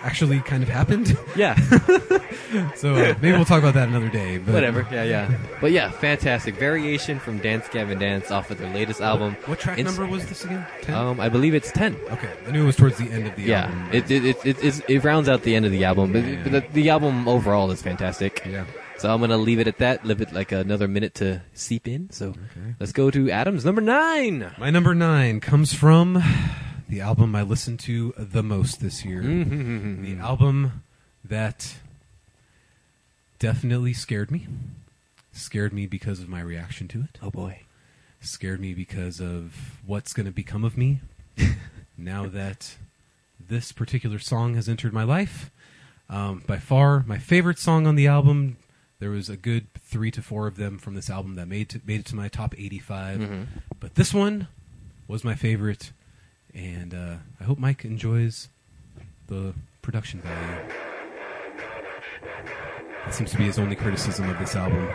S2: actually kind of happened.
S1: Yeah,
S2: so uh, maybe we'll talk about that another day. But
S1: whatever. Yeah, yeah. But yeah, fantastic variation from Dance Gavin Dance off of their latest album.
S2: What track
S1: It's-
S2: number was this again? Ten.
S1: Um, I believe it's ten.
S2: okay, I knew it was towards the end of the
S1: Yeah,
S2: album.
S1: it it, it, it, it's- it rounds out the end of the album, but,
S2: Yeah.
S1: but the, the album overall is fantastic.
S2: yeah.
S1: So I'm gonna leave it at that. Leave it like another minute to seep in. So let's go to Adam's number nine.
S2: My number nine comes from the album I listened to the most this year.
S1: Mm-hmm.
S2: The album that definitely scared me. Scared me because of my reaction to it.
S1: Oh boy.
S2: Scared me because of what's going to become of me now that this particular song has entered my life. Um, by far, my favorite song on the album. There was a good three to four of them from this album that made to, made it to my top 85
S1: Mhm.
S2: but this one was my favorite, and uh, I hope Mike enjoys the production value. That seems to be his only criticism of this album.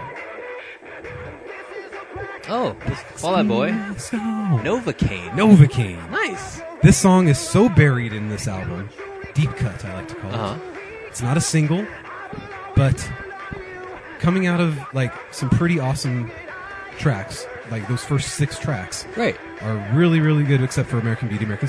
S1: Oh, this Fall Out Boy.
S2: Let's go. No-
S1: Novocaine.
S2: Novocaine.
S1: Nice.
S2: This song is so buried in this album. Deep cut, I like to call
S1: Uh huh.
S2: it. It's not a single, but coming out of like some pretty awesome tracks, like those first six tracks,
S1: Right.
S2: are really, really good, except for American Beauty, American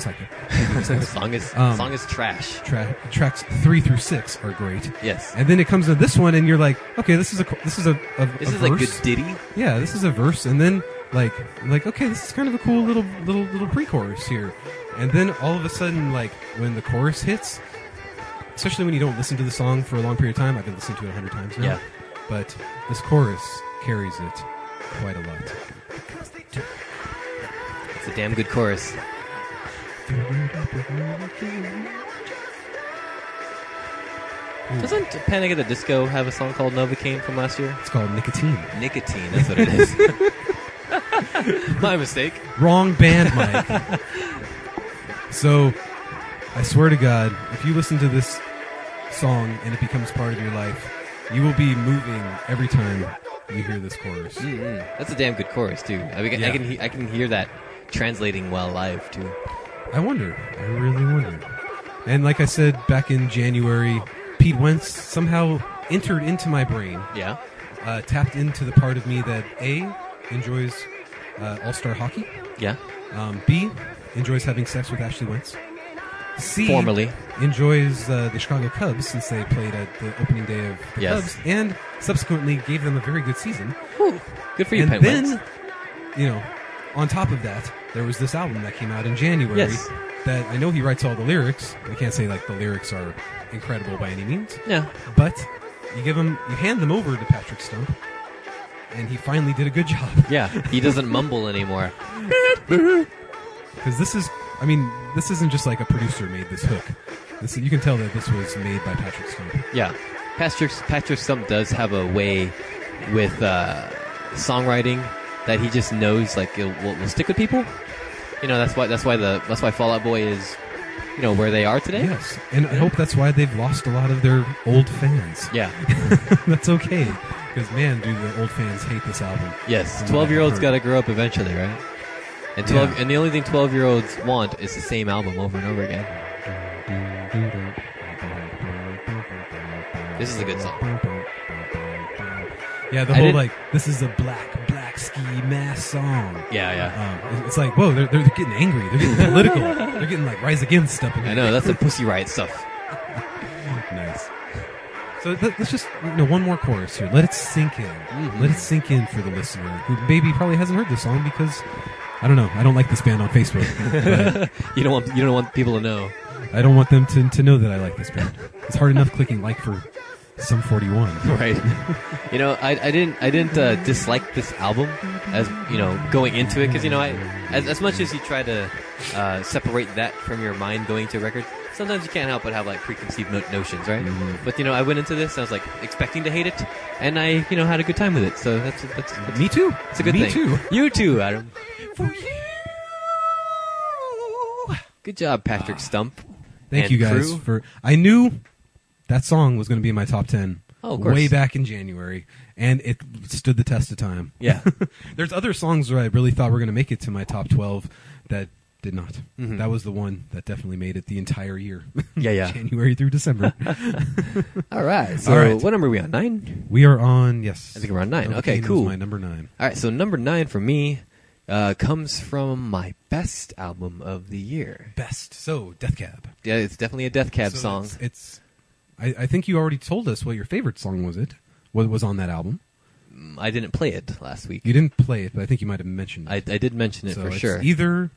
S2: Psycho.
S1: song is
S2: Um,
S1: song is trash.
S2: Tra- tracks three through six are great.
S1: Yes.
S2: And then it comes to this one, and you're like, okay, this is a co- this is a, a
S1: This
S2: a
S1: is a good
S2: verse.
S1: ditty.
S2: yeah, this is a verse, and then like like okay, this is kind of a cool little little little pre-chorus here, and then all of a sudden like when the chorus hits, especially when you don't listen to the song for a long period of time, I've been listening to it a hundred times now,
S1: Yeah.
S2: but this chorus carries it quite a lot.
S1: It's a damn good chorus. Doesn't Panic at the Disco have a song called Novocaine from last year?
S2: It's called Nicotine.
S1: Nicotine, that's what it is. My mistake.
S2: Wrong band, Mike. so, I swear to God, if you listen to this song and it becomes part of your life, You will be moving every time you hear this chorus.
S1: That's a damn good chorus too. I, mean,
S2: Yeah.
S1: I can he- I can hear that translating while live too.
S2: I wonder. I really wonder. And like I said back in January, Pete Wentz somehow entered into my brain,
S1: Yeah.
S2: uh, tapped into the part of me that A, enjoys uh, all star hockey,
S1: Yeah.
S2: um, B, enjoys having sex with Ashley Wentz, C,
S1: Formerly.
S2: enjoys uh, the Chicago Cubs since they played at the opening day of the
S1: Yes.
S2: Cubs, and subsequently gave them a very good season.
S1: Good for you,
S2: and
S1: Pete
S2: then,
S1: Wentz.
S2: you know, on top of that, there was this album that came out in January
S1: Yes.
S2: that I know he writes all the lyrics. I can't say like the lyrics are incredible by any means,
S1: Yeah.
S2: but you give him, you hand them over to Patrick Stump, and he finally did a good job
S1: Yeah. He doesn't mumble anymore.
S2: because this is, I mean, this isn't just like a producer made this hook. This, you can tell that this was made by Patrick Stump.
S1: Yeah. Patrick Patrick Stump does have a way with uh, songwriting that he just knows like it will, will stick with people. You know that's why that's why the that's why Fallout Boy is you know where they are today.
S2: Yes, and I hope that's why they've lost a lot of their old fans.
S1: Yeah.
S2: that's okay, because man, do the old fans hate this album.
S1: Yes.
S2: Mm,
S1: Twelve year olds
S2: I've
S1: got
S2: heard.
S1: to grow up eventually, right? And twelve
S2: Yeah.
S1: and the only thing twelve year olds want is the same album over and over again. This is a good song.
S2: Yeah, the
S1: I
S2: whole
S1: did-
S2: like this is a black black ski mass song.
S1: Yeah, yeah.
S2: Um, it's like whoa, they're, they're getting angry, they're getting political, they're getting like rise against up. in
S1: I
S2: here.
S1: know that's the pussy riot stuff.
S2: nice. So let, us just you know one more chorus here. Let it sink in.
S1: Mhm.
S2: Let it sink in for the listener who maybe probably hasn't heard this song because I don't know. I don't like this band on Facebook. but
S1: You don't want you don't want people to know.
S2: I don't want them to, to know that I like this band. It's hard enough clicking like for some forty one.
S1: Right. you know, I, I didn't I didn't uh, dislike this album as you know going into it because you know I as, as much as you try to uh, separate that from your mind going to a record, sometimes you can't help but have like preconceived no- notions, right?
S2: Mm-hmm.
S1: But you know, I went into this I was like expecting to hate it, and I you know had a good time with it. So that's that's, that's
S2: Me too.
S1: It's a good
S2: Me
S1: thing.
S2: too.
S1: You too, Adam. Good job, Patrick Stump.
S2: Ah. Thank
S1: and
S2: you guys
S1: crew.
S2: for. I knew that song was going to be in my top ten.
S1: Oh, of course.
S2: Way back in January, and it stood the test of time.
S1: Yeah.
S2: There's other songs where I really thought were going to make it to my top twelve that did not. That was the one that definitely made it the entire year.
S1: Mm-hmm. Yeah, yeah.
S2: January through December.
S1: All right. So
S2: All right.
S1: what number are we on? Nine.
S2: we are on. Yes,
S1: I think we're on nine.
S2: Novocaine
S1: Okay,
S2: was
S1: cool.
S2: my number nine.
S1: All right, so number nine for me uh, comes from my best album of the year.
S2: Best. So Death Cab.
S1: Yeah, it's definitely a Death Cab
S2: So
S1: song.
S2: It's. it's- I, I think you already told us what your favorite song was. It what was on that album.
S1: Um, I didn't play it last week.
S2: You didn't play it, but I think you might have mentioned.
S1: I, I
S2: it.
S1: did mention it
S2: So
S1: for
S2: it's
S1: sure.
S2: Either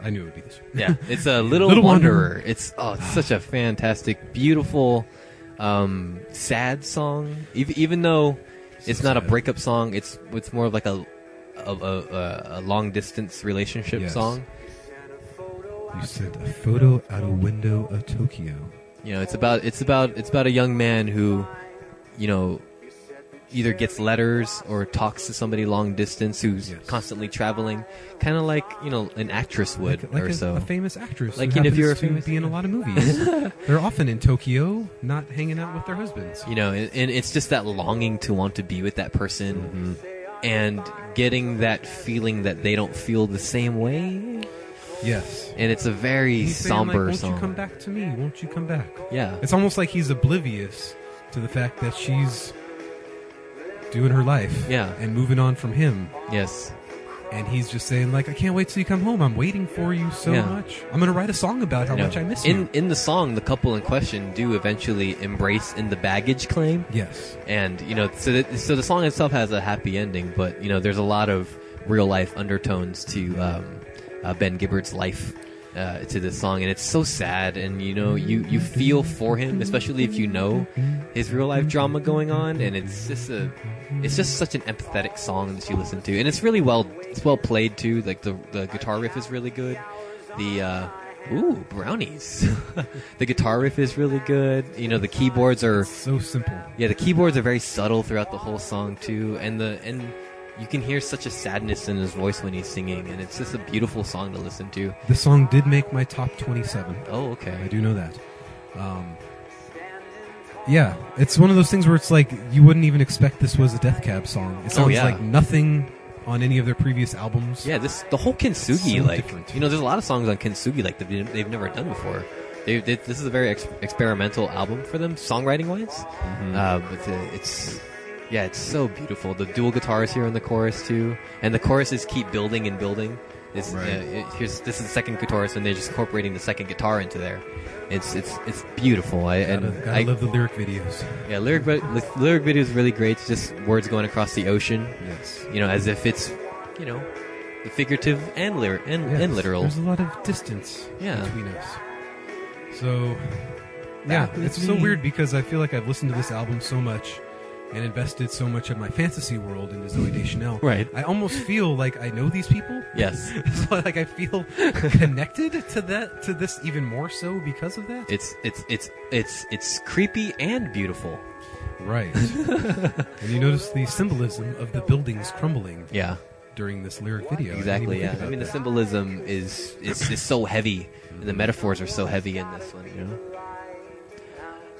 S2: I knew it would be this.
S1: yeah, it's a Little,
S2: Little
S1: Wanderer.
S2: Wanderer.
S1: It's oh, it's such a fantastic, beautiful, um, sad song. Even, even though it's not a
S2: sad.
S1: breakup song, it's it's more of like a a, a, a, a long distance relationship
S2: Yes.
S1: song.
S2: You sent a photo out a window of Tokyo.
S1: You know, it's about it's about it's about a young man who, you know, either gets letters or talks to somebody long distance who's
S2: Yes.
S1: constantly traveling, kind of like you know an actress would
S2: Like, like
S1: or
S2: a,
S1: so.
S2: a famous actress.
S1: Like,
S2: who
S1: you know, if
S2: happens
S1: you're a
S2: to
S1: famous-
S2: be in a lot of movies. They're often in Tokyo, not hanging out with their husbands.
S1: you know, and, and it's just that longing to want to be with that person.
S2: Mm-hmm.
S1: And getting that feeling that they don't feel the same way, and
S2: Yes.
S1: it's a very
S2: He's saying,
S1: somber
S2: like, Won't
S1: song.
S2: you come back to me? Won't you come back?
S1: Yeah,
S2: It's almost like he's oblivious to the fact that she's doing her life.
S1: Yeah.
S2: And moving on from him.
S1: yes,
S2: and he's just saying like, "I can't wait till you come home. I'm waiting for you so
S1: Yeah.
S2: much. I'm gonna write a song about how
S1: No.
S2: much I miss
S1: in
S2: you."
S1: in the song, the couple in question do eventually embrace in the baggage claim.
S2: Yes,
S1: and you know so the, so the song itself has a happy ending but you know there's a lot of real life undertones to um, uh, ben gibbard's life uh, to this song and it's so sad and you know you you feel for him especially if you know his real life drama going on and it's just a it's just such an empathetic song that you listen to and it's really well it's well played too like the the guitar riff is really good the uh Ooh, brownies! the guitar riff is really good. You know, the keyboards are
S2: so simple.
S1: yeah, the keyboards are very subtle throughout the whole song too, and the and you can hear such a sadness in his voice when he's singing, and it's just a beautiful song to listen to.
S2: The song did make my top 27.
S1: Oh,
S2: I
S1: okay.
S2: do know that. Um, Yeah, it's one of those things where it's like you wouldn't even expect this was a Death Cab song. It sounds
S1: Oh, yeah.
S2: like nothing on any of their previous albums.
S1: Yeah, this the whole Kintsugi
S2: So
S1: like
S2: different.
S1: you know, there's a lot of songs on Kintsugi like they've, they've never done before. They, they, this is a very ex- experimental album for them, songwriting wise.
S2: Mm-hmm.
S1: Uh, but the, it's yeah, it's so beautiful. The dual guitars here in the chorus too, and the choruses keep building and building. It's,
S2: Right.
S1: uh, it- here's this is the second guitarist, and they're just incorporating the second guitar into there. It's it's it's beautiful. I
S2: gotta,
S1: and
S2: gotta
S1: I,
S2: love the lyric videos.
S1: yeah, lyric vi- lyric video is really great. It's just words going across the ocean
S2: Yes,
S1: you know, as if it's, you know, the figurative and lyric and, and literal.
S2: There's a lot of distance
S1: Yeah.
S2: between us. So, yeah,
S1: Back with
S2: it's so
S1: me.
S2: weird because I feel like I've listened to this album so much and invested so much of my fantasy world into Zoe Deschanel.
S1: Right.
S2: I almost feel like I know these people.
S1: Yes,
S2: so like I feel connected to that to this even more so because of that.
S1: it's it's it's it's it's creepy and beautiful.
S2: Right. and you notice the symbolism of the buildings crumbling
S1: Yeah,
S2: during this lyric video.
S1: exactly. Yeah,
S2: didn't even think
S1: I
S2: about
S1: mean the
S2: that.
S1: symbolism is is is so heavy, and the metaphors are so heavy in this one. You know.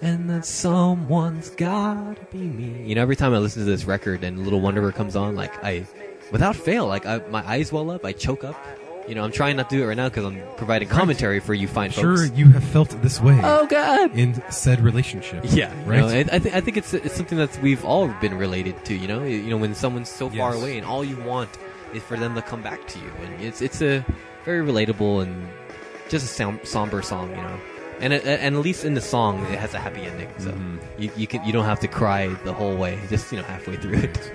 S1: And that someone's gotta be me. You know, every time I listen to this record and Little Wanderer comes on, like I, without fail, like I, my eyes well up, I choke up. You know, I'm trying not to do it right now because I'm providing commentary for you fine folks.
S2: sure you have felt this way
S3: Oh.
S1: God.
S2: in said relationship.
S1: Yeah,
S2: Right?
S1: right. I, I think I think it's it's something that we've all been related to. You know, you know when someone's so far
S2: Yes.
S1: away and all you want is for them to come back to you, and it's it's a very relatable and just a som- somber song. You know, and it, and at least in the song it has a happy ending, so
S2: Mm-hmm.
S1: you you can you don't have to cry the whole way, just you know halfway through it.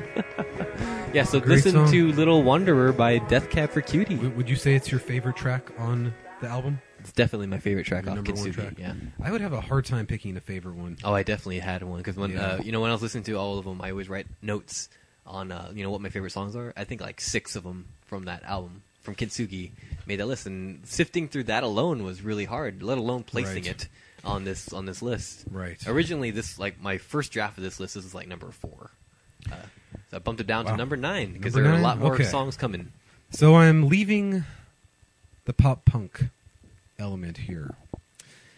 S1: yeah, so
S2: Great
S1: listen
S2: song.
S1: to "Little Wanderer" by Death Cab for Cutie.
S2: W- would you say it's your favorite track on the album?
S1: It's definitely my favorite track
S2: Your
S1: off
S2: number one
S1: Kintsugi.
S2: track?
S1: Yeah.
S2: I would have a hard time picking a favorite one.
S1: Oh, I definitely had one because when
S2: Yeah.
S1: uh, you know when I was listening to all of them, I always write notes on uh, you know what my favorite songs are. I think like six of them from that album from Kintsugi made that list, and sifting through that alone was really hard. Let alone placing
S2: Right.
S1: it on this on this list.
S2: Right.
S1: Originally, this like my first draft of this list this is like number four. Uh, so I bumped it down
S2: Wow.
S1: to number nine because
S2: Number
S1: there are a
S2: nine?
S1: lot more
S2: Okay.
S1: songs coming.
S2: So I'm leaving the pop punk element here.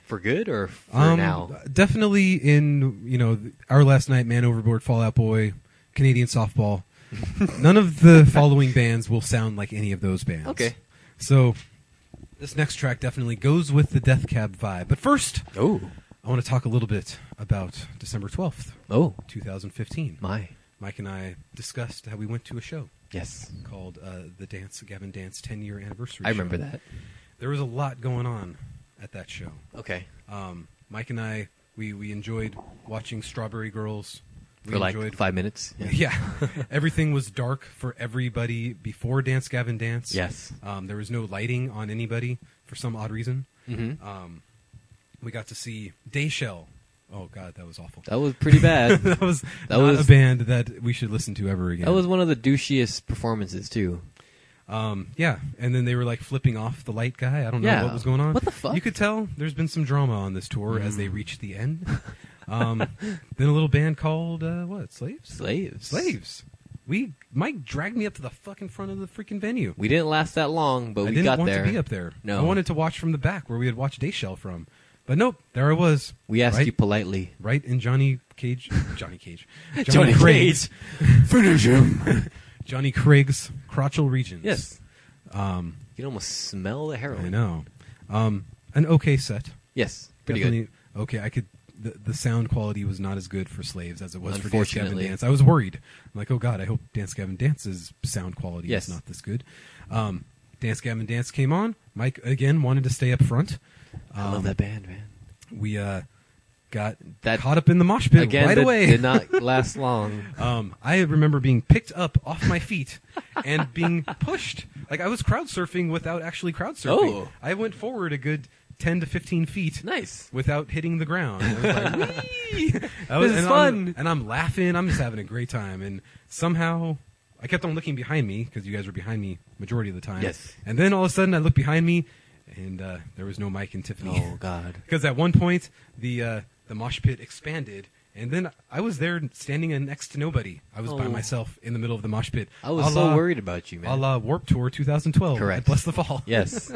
S1: For good or for
S2: um,
S1: now?
S2: Definitely in you know th- our last night, Man Overboard, Fallout Boy, Canadian Softball. None of the following bands will sound like any of those bands.
S1: Okay.
S2: So this next track definitely goes with the Death Cab vibe. But first,
S1: Oh,
S2: I want to talk a little bit about December twelfth,
S1: oh,
S2: two thousand fifteen.
S1: my,
S2: Mike and I discussed how we went to a show
S1: yes,
S2: called uh, the Dance Gavin Dance ten year anniversary.
S1: I remember
S2: show.
S1: that.
S2: There was a lot going on at that show
S1: Okay,
S2: um, Mike and I we, we enjoyed watching Strawberry Girls. We
S1: for like
S2: enjoyed
S1: five minutes.
S2: Yeah, everything was dark for everybody before Dance Gavin Dance.
S1: Yes.
S2: um, there was no lighting on anybody for some odd reason.
S1: hmm
S2: Um, we got to see Dayshell. Oh God, that was awful.
S1: That was pretty bad.
S2: that was
S1: That
S2: not
S1: was-
S2: a band that we should listen to ever again.
S1: That was one of the douchiest performances too.
S2: um, yeah, and then they were like flipping off the light guy. I don't
S1: Yeah.
S2: know what was going on.
S1: What the fuck? Mm.
S2: You could tell there's been some drama on this tour as they reached the end. Um, then a little band called uh, what? Slaves.
S1: Slaves.
S2: Slaves. We Mike dragged me up to the fucking front of the freaking venue.
S1: We didn't last that long, but
S2: I
S1: we
S2: didn't
S1: got
S2: want
S1: there.
S2: to be up there.
S1: No.
S2: I wanted to watch from the back where we had watched Dayshell from. But nope, there I was.
S1: We asked
S2: right,
S1: you politely.
S2: right in Johnny Cage, Johnny Cage,
S1: Johnny
S2: Craig's-
S1: Finish him.
S2: Johnny Craig's crotchal regions.
S1: yes. Um, you can almost smell the heroin.
S2: I know. Um, an okay set.
S1: Yes. Pretty good.
S2: good. Okay, I could. The, the sound quality was not as good for Slaves as it was for Dance Gavin
S1: Unfortunately.
S2: Dance. I was worried. I'm like, oh god, I hope Dance Gavin Dance's sound quality
S1: Yes.
S2: is not this good. Um, Dance Gavin Dance came on. Mike again wanted to stay up front.
S1: I
S2: um,
S1: love that band, man.
S2: We uh, got
S1: That-
S2: caught up in the mosh pit
S1: Again,
S2: right
S1: that
S2: away.
S1: did not last long.
S2: Um, I remember being picked up off my feet and being pushed. Like I was crowd surfing without actually crowd surfing.
S1: Oh.
S2: I went forward a good ten to fifteen feet
S1: Nice.
S2: without hitting the ground. I was like, "Whee!" I
S1: This is
S2: and I'm-
S1: fun.
S2: and I'm laughing. I'm just having a great time. And somehow, I kept on looking behind me because you guys were behind me majority of the time.
S1: Yes.
S2: And then all of a sudden, I looked behind me, and uh, there was no Mike and Tiffany.
S1: Oh God.
S2: Because at one point the uh, the mosh pit expanded, and then I was there standing next to nobody. I was by
S1: Oh.
S2: myself in the middle of the mosh pit.
S1: I was
S2: A la-
S1: so worried about you, man.
S2: A la Warp Tour 2012.
S1: Correct.
S2: at Bless the fall.
S1: Yes.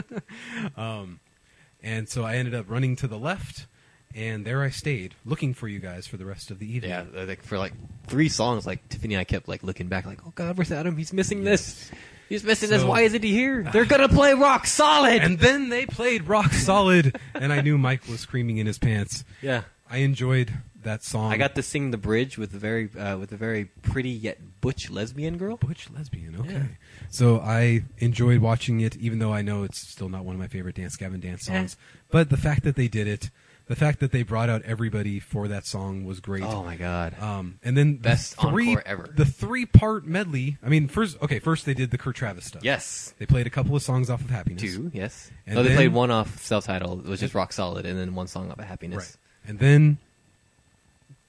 S2: And so I ended up running to the left, And there I stayed, looking for you guys for the rest of the evening.
S1: Yeah, uh, like for like three songs, like Tiffany and I kept like looking back, like, oh god, where's Adam? He's missing this. He's missing this.
S2: So-
S1: Why isn't he here? They're gonna play rock solid.
S2: And then they played Rock Solid, and I knew Mike was screaming in his pants.
S1: yeah,
S2: I enjoyed that song.
S1: I got to sing the bridge with a very uh, with a very pretty yet butch lesbian girl.
S2: Butch lesbian, okay.
S1: Yeah.
S2: So I enjoyed watching it, even though I know it's still not one of my favorite Dance Gavin Dance
S1: Yeah.
S2: songs. But the fact that they did it, the fact that they brought out everybody for that song was great.
S1: Oh my god.
S2: Um, and then the
S1: Best
S2: three,
S1: encore ever.
S2: The three part medley. I mean, first okay, first they did the Kurt Travis stuff.
S1: yes.
S2: They played a couple of songs off of Happiness.
S1: Two, yes.
S2: And
S1: oh, they
S2: then-
S1: played one off self-titled. It was just rock solid, and then one song off of happiness.
S2: Right. And then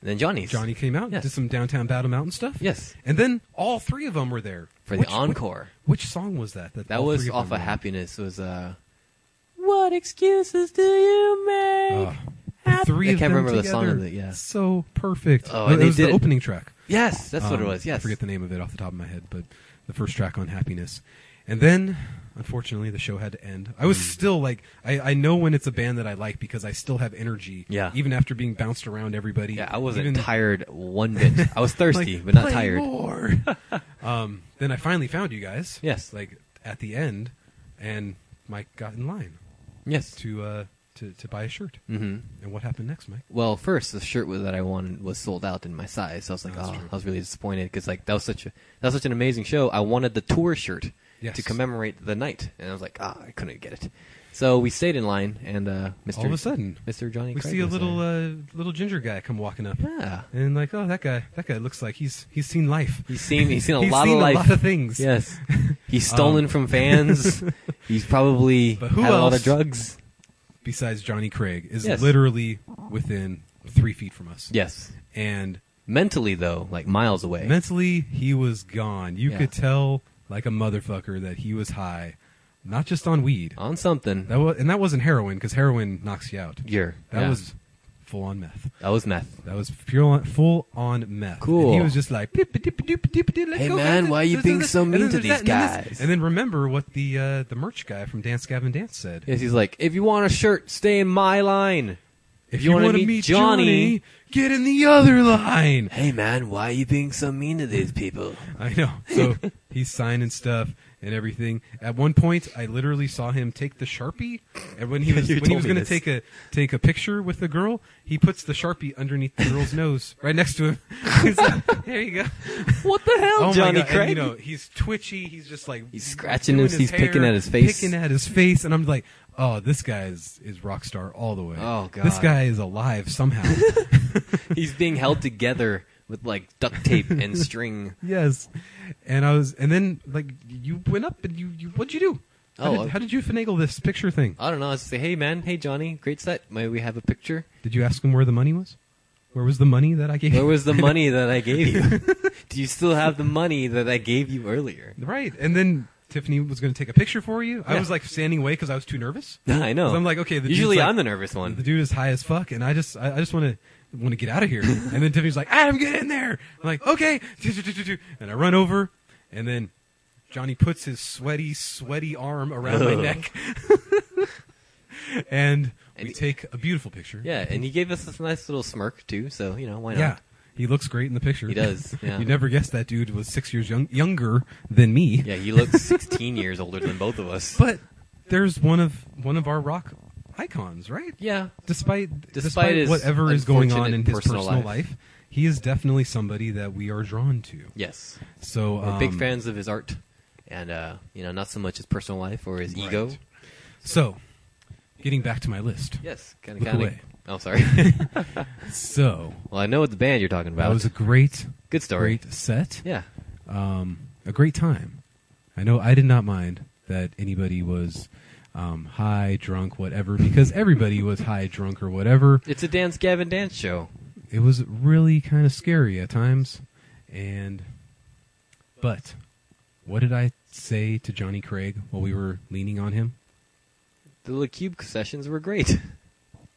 S1: And then Johnny's.
S2: Johnny came out,
S1: Yes.
S2: did some downtown Battle Mountain stuff.
S1: Yes.
S2: And then all three of them were there
S1: for
S2: Which-
S1: the encore.
S2: Which, song was that? That,
S1: That
S2: all
S1: was
S2: three of
S1: off
S2: them
S1: of
S2: were on?
S1: happiness. It was uh, what excuses do you make?
S2: Ah, the three
S1: I
S2: of
S1: can't
S2: them
S1: remember the song
S2: together.
S1: of it, yeah.
S2: So perfect.
S1: Oh,
S2: No,
S1: and
S2: it
S1: they
S2: was the
S1: did it-
S2: opening track.
S1: Yes, that's what it
S2: Um,
S1: was.
S2: I
S1: Yes.
S2: forget the name of it off the top of my head, but the first track on Happiness. And then, unfortunately, the show had to end. I was
S1: Mm.
S2: still like, I, I know when it's a band that I like because I still have energy.
S1: Yeah.
S2: Even after being bounced around everybody.
S1: Yeah, I wasn't
S2: even,
S1: tired one bit. I was
S2: like,
S1: thirsty, but not
S2: "Play
S1: tired.
S2: more." um, then I finally found you guys.
S1: Yes.
S2: Like at the end, and Mike got in line
S1: Yes.
S2: to uh, to to buy a shirt.
S1: hmm
S2: And what happened next, Mike?
S1: Well, first the shirt that I wanted was sold out in my size, so I was like,
S2: That's
S1: oh,
S2: true.
S1: I was really disappointed because like that was such a that was such an amazing show. I wanted the tour shirt
S2: Yes.
S1: to commemorate the night, and I was like, ah, I couldn't get it. So we stayed in line, and uh, Mr.
S2: All of a sudden,
S1: Mr. Johnny,
S2: we
S1: Craig
S2: see a
S1: was
S2: little
S1: there.
S2: uh, little ginger guy come walking up.
S1: eh? yeah.
S2: And like, oh, that guy, that guy looks like he's he's seen life.
S1: He's seen he's seen a
S2: He's
S1: lot
S2: seen
S1: of
S2: a
S1: life.
S2: lot of things. Um,
S1: Yes, he's stolen from fans. he's probably
S2: But who
S1: had a lot
S2: else?
S1: of drugs.
S2: Besides Johnny Craig, is
S1: Yes.
S2: literally within three feet from us.
S1: Yes,
S2: And
S1: mentally though, like miles away.
S2: mentally, he was gone. You
S1: Yeah.
S2: could tell, like a motherfucker, that he was high, not just on weed.
S1: on something.
S2: That was, and that wasn't heroin because heroin knocks you out.
S1: Year.
S2: That
S1: Yeah.
S2: was full on meth.
S1: that was meth.
S2: That was pure on, full on meth.
S1: Cool.
S2: And he was just like, "Beep, beep, beep, beep, beep, beep, let's
S1: Hey,
S2: go,
S1: man,
S2: guys."
S1: why are you
S2: This,
S1: being
S2: this,
S1: so
S2: and
S1: mean
S2: this,
S1: to
S2: and
S1: these
S2: that, and this.
S1: guys?
S2: And then remember what the uh, the merch guy from Dance Gavin Dance said.
S1: Yes, he's like, if you want a shirt, stay in my line.
S2: If
S1: you wanna
S2: wanna
S1: meet Johnny-
S2: get in the other line.
S1: Hey man, why are you being so mean to these people?
S2: I know. So he's signing stuff and everything. At one point, I literally saw him take the sharpie, and when he was
S1: You
S2: when he
S1: told
S2: was
S1: me
S2: going
S1: this.
S2: to take a take a picture with the girl, he puts the sharpie underneath the girl's nose, right next to him. He's like, there you go.
S1: What the hell,
S2: Oh
S1: Johnny
S2: my God.
S1: Craig?
S2: And, you know, he's twitchy. He's just like
S1: He's scratching
S2: doing
S1: his- he's picking at his face.
S2: picking at his face, and I'm like, oh, this guy is, is rock star all the way.
S1: Oh,
S2: this
S1: God.
S2: guy is alive somehow.
S1: he's being held together with like duct tape and string.
S2: yes, and I was, and then like you went up and you, you what'd you do? How,
S1: Oh,
S2: did,
S1: uh,
S2: how did you finagle this picture thing?
S1: I don't know. I just say, hey man, hey Johnny, great set. May we have a picture?
S2: Did you ask him where the money was? Where was the money that I gave?
S1: Where was the money that I gave you? Do you still have the money that I gave you earlier?
S2: right? And then Tiffany was going to take a picture for you. I
S1: Yeah.
S2: was like standing away because I was too nervous.
S1: I know.
S2: 'Cause I'm like, okay, the dude's
S1: Usually
S2: like-
S1: I'm the nervous
S2: The
S1: one.
S2: dude is high as fuck, and I just I, I just want to want to get out of here. and then Tiffany's like, Adam, get in there. I'm like, okay, and I run over, and then Johnny puts his sweaty, sweaty arm around my
S1: Ugh.
S2: neck, and
S1: And
S2: we
S1: he-
S2: take a beautiful picture.
S1: Yeah, and he gave us this nice little smirk too. So you know why not?
S2: yeah. He looks great in the picture.
S1: He does, yeah.
S2: you never guessed that dude was six years young, younger than me.
S1: Yeah, he looks 16 years older than both of us.
S2: But there's one of one of our rock icons, right?
S1: yeah,
S2: despite despite,
S1: Despite his
S2: whatever is going
S1: unfortunate
S2: on in his personal,
S1: personal
S2: life.
S1: life.
S2: he is definitely somebody that we are drawn to.
S1: yes,
S2: So
S1: we're
S2: um,
S1: big fans of his art, and uh, you know, not so much his personal life or his ego.
S2: Right. So, getting back to my list.
S1: Yes, kind of,
S2: Look
S1: kind of.
S2: away.
S1: Oh, sorry.
S2: So
S1: well, I know what the band you're talking
S2: that
S1: about.
S2: was a great,
S1: Good story.
S2: great set.
S1: yeah,
S2: Um, a great time. I know I did not mind that anybody was um, high, drunk, whatever, because everybody was high, drunk, or whatever.
S1: it's a dance Gavin dance show.
S2: it was really kind of scary at times and but what did i say to johnny craig while we were leaning on him
S1: The little cube sessions were great.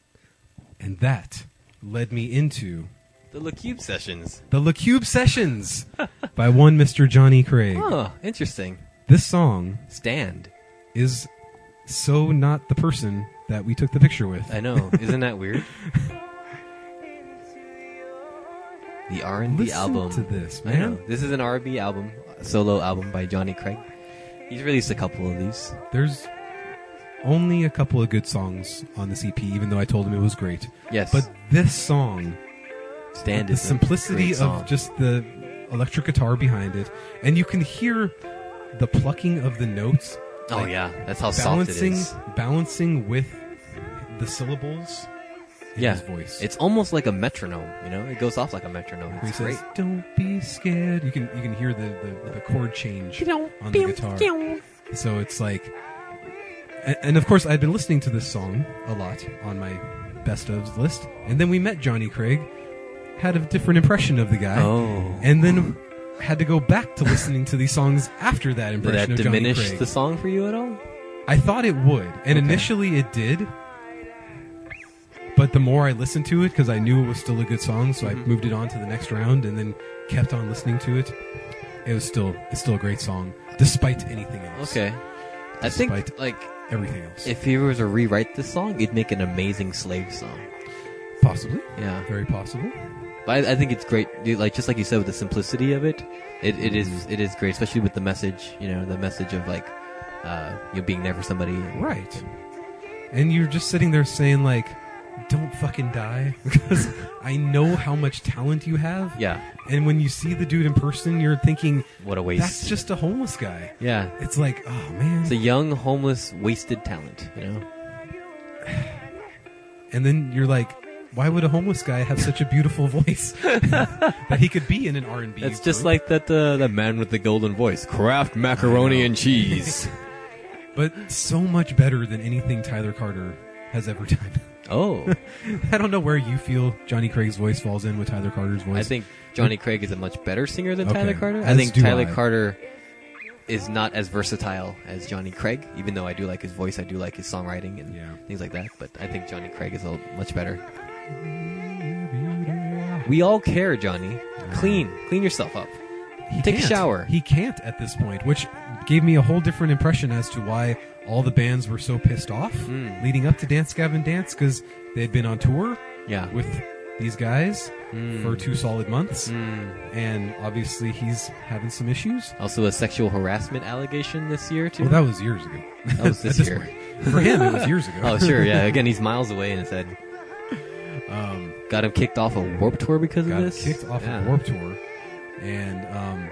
S2: and that led me into
S1: The little cube sessions.
S2: the la cube sessions by one mr johnny craig
S1: Oh, interesting.
S2: this song
S1: Stand.
S2: is so not the person that we took the picture with.
S1: I know. Isn't that weird? The R and B
S2: Listen
S1: album.
S2: to this,
S1: I know.
S2: man.
S1: This is an R and B album, solo album by Johnny Craig. He's released a couple of these.
S2: There's only a couple of good songs on this EP, even though I told him it was great.
S1: Yes,
S2: But this song,
S1: Stand
S2: the
S1: is a great
S2: simplicity
S1: song.
S2: of just the electric guitar behind it, and you can hear the plucking of the notes
S1: oh
S2: like,
S1: yeah, that's how soft it
S2: balancing
S1: is.
S2: balancing with the syllables in
S1: Yeah,
S2: his voice.
S1: it's almost like a metronome. You know, it goes off like a metronome.
S2: Where he
S1: It's great.
S2: says, "Don't be scared." You can you can hear the the, the chord change on the guitar. So it's like, and, and of course, I'd been listening to this song a lot on my best ofs list, and then we met Johnny Craig, had a different impression of the guy,
S1: Oh,
S2: and then had to go back to listening to these songs after
S1: did
S2: that
S1: that
S2: impression of Johnny
S1: diminish
S2: Craig.
S1: the song for you at all?
S2: I thought it would, and initially it did. But the more I listened to it, because I knew it was still a good song, so
S1: Mm-hmm.
S2: I moved it on to the next round, and then kept on listening to it. It was still it's still a great song, despite anything else.
S1: Okay, I think
S2: Despite-
S1: like
S2: everything else,
S1: if he were to rewrite this song, it'd make an amazing slave song.
S2: possibly,
S1: Yeah,
S2: very possible.
S1: But I, I think it's great, dude, like just like you said, with the simplicity of it, it, it is
S2: Mm-hmm.
S1: it is great, especially with the message. You know, the message of like uh, you know, being there for somebody.
S2: Right. And you're just sitting there saying like, "Don't fucking die," because I know how much talent you have.
S1: Yeah,
S2: And when you see the dude in person, you're thinking,
S1: what a waste.
S2: "That's just a homeless guy."
S1: yeah,
S2: It's like, oh man.
S1: it's a young, homeless, wasted talent. You know,
S2: and then you're like, why would a homeless guy have such a beautiful voice that he could be in an R and B?
S1: it's just like that uh, that man with the golden voice, Kraft macaroni and cheese.
S2: but so much better than anything Tyler Carter has ever done.
S1: oh,
S2: I don't know where you feel Johnny Craig's voice falls in with Tyler Carter's voice.
S1: I think Johnny Craig is a much better singer than
S2: Okay,
S1: Tyler Carter. I
S2: as
S1: think
S2: do
S1: Tyler
S2: I.
S1: Carter is not as versatile as Johnny Craig, even though I do like his voice, I do like his songwriting and
S2: Yeah.
S1: things like that. But I think Johnny Craig is a much better. We all care, Johnny. Clean, clean yourself up.
S2: he
S1: take a
S2: can't.
S1: shower.
S2: He can't at this point, which gave me a whole different impression as to why all the bands were so pissed off
S1: Mm.
S2: leading up to Dance Gavin Dance because they had been on tour
S1: Yeah.
S2: with these guys
S1: Mm.
S2: for two solid months.
S1: Mm.
S2: and obviously he's having some issues.
S1: Also, a sexual harassment allegation this year too.
S2: Well, Oh, that was years ago.
S1: That was
S2: At
S1: this year.
S2: point. For him, it was years ago.
S1: oh, sure, yeah. Again, he's miles away and said,
S2: Um,
S1: "Got him kicked off a warp tour because
S2: got
S1: of this."
S2: kicked off
S1: yeah.
S2: of Warp Tour, and um,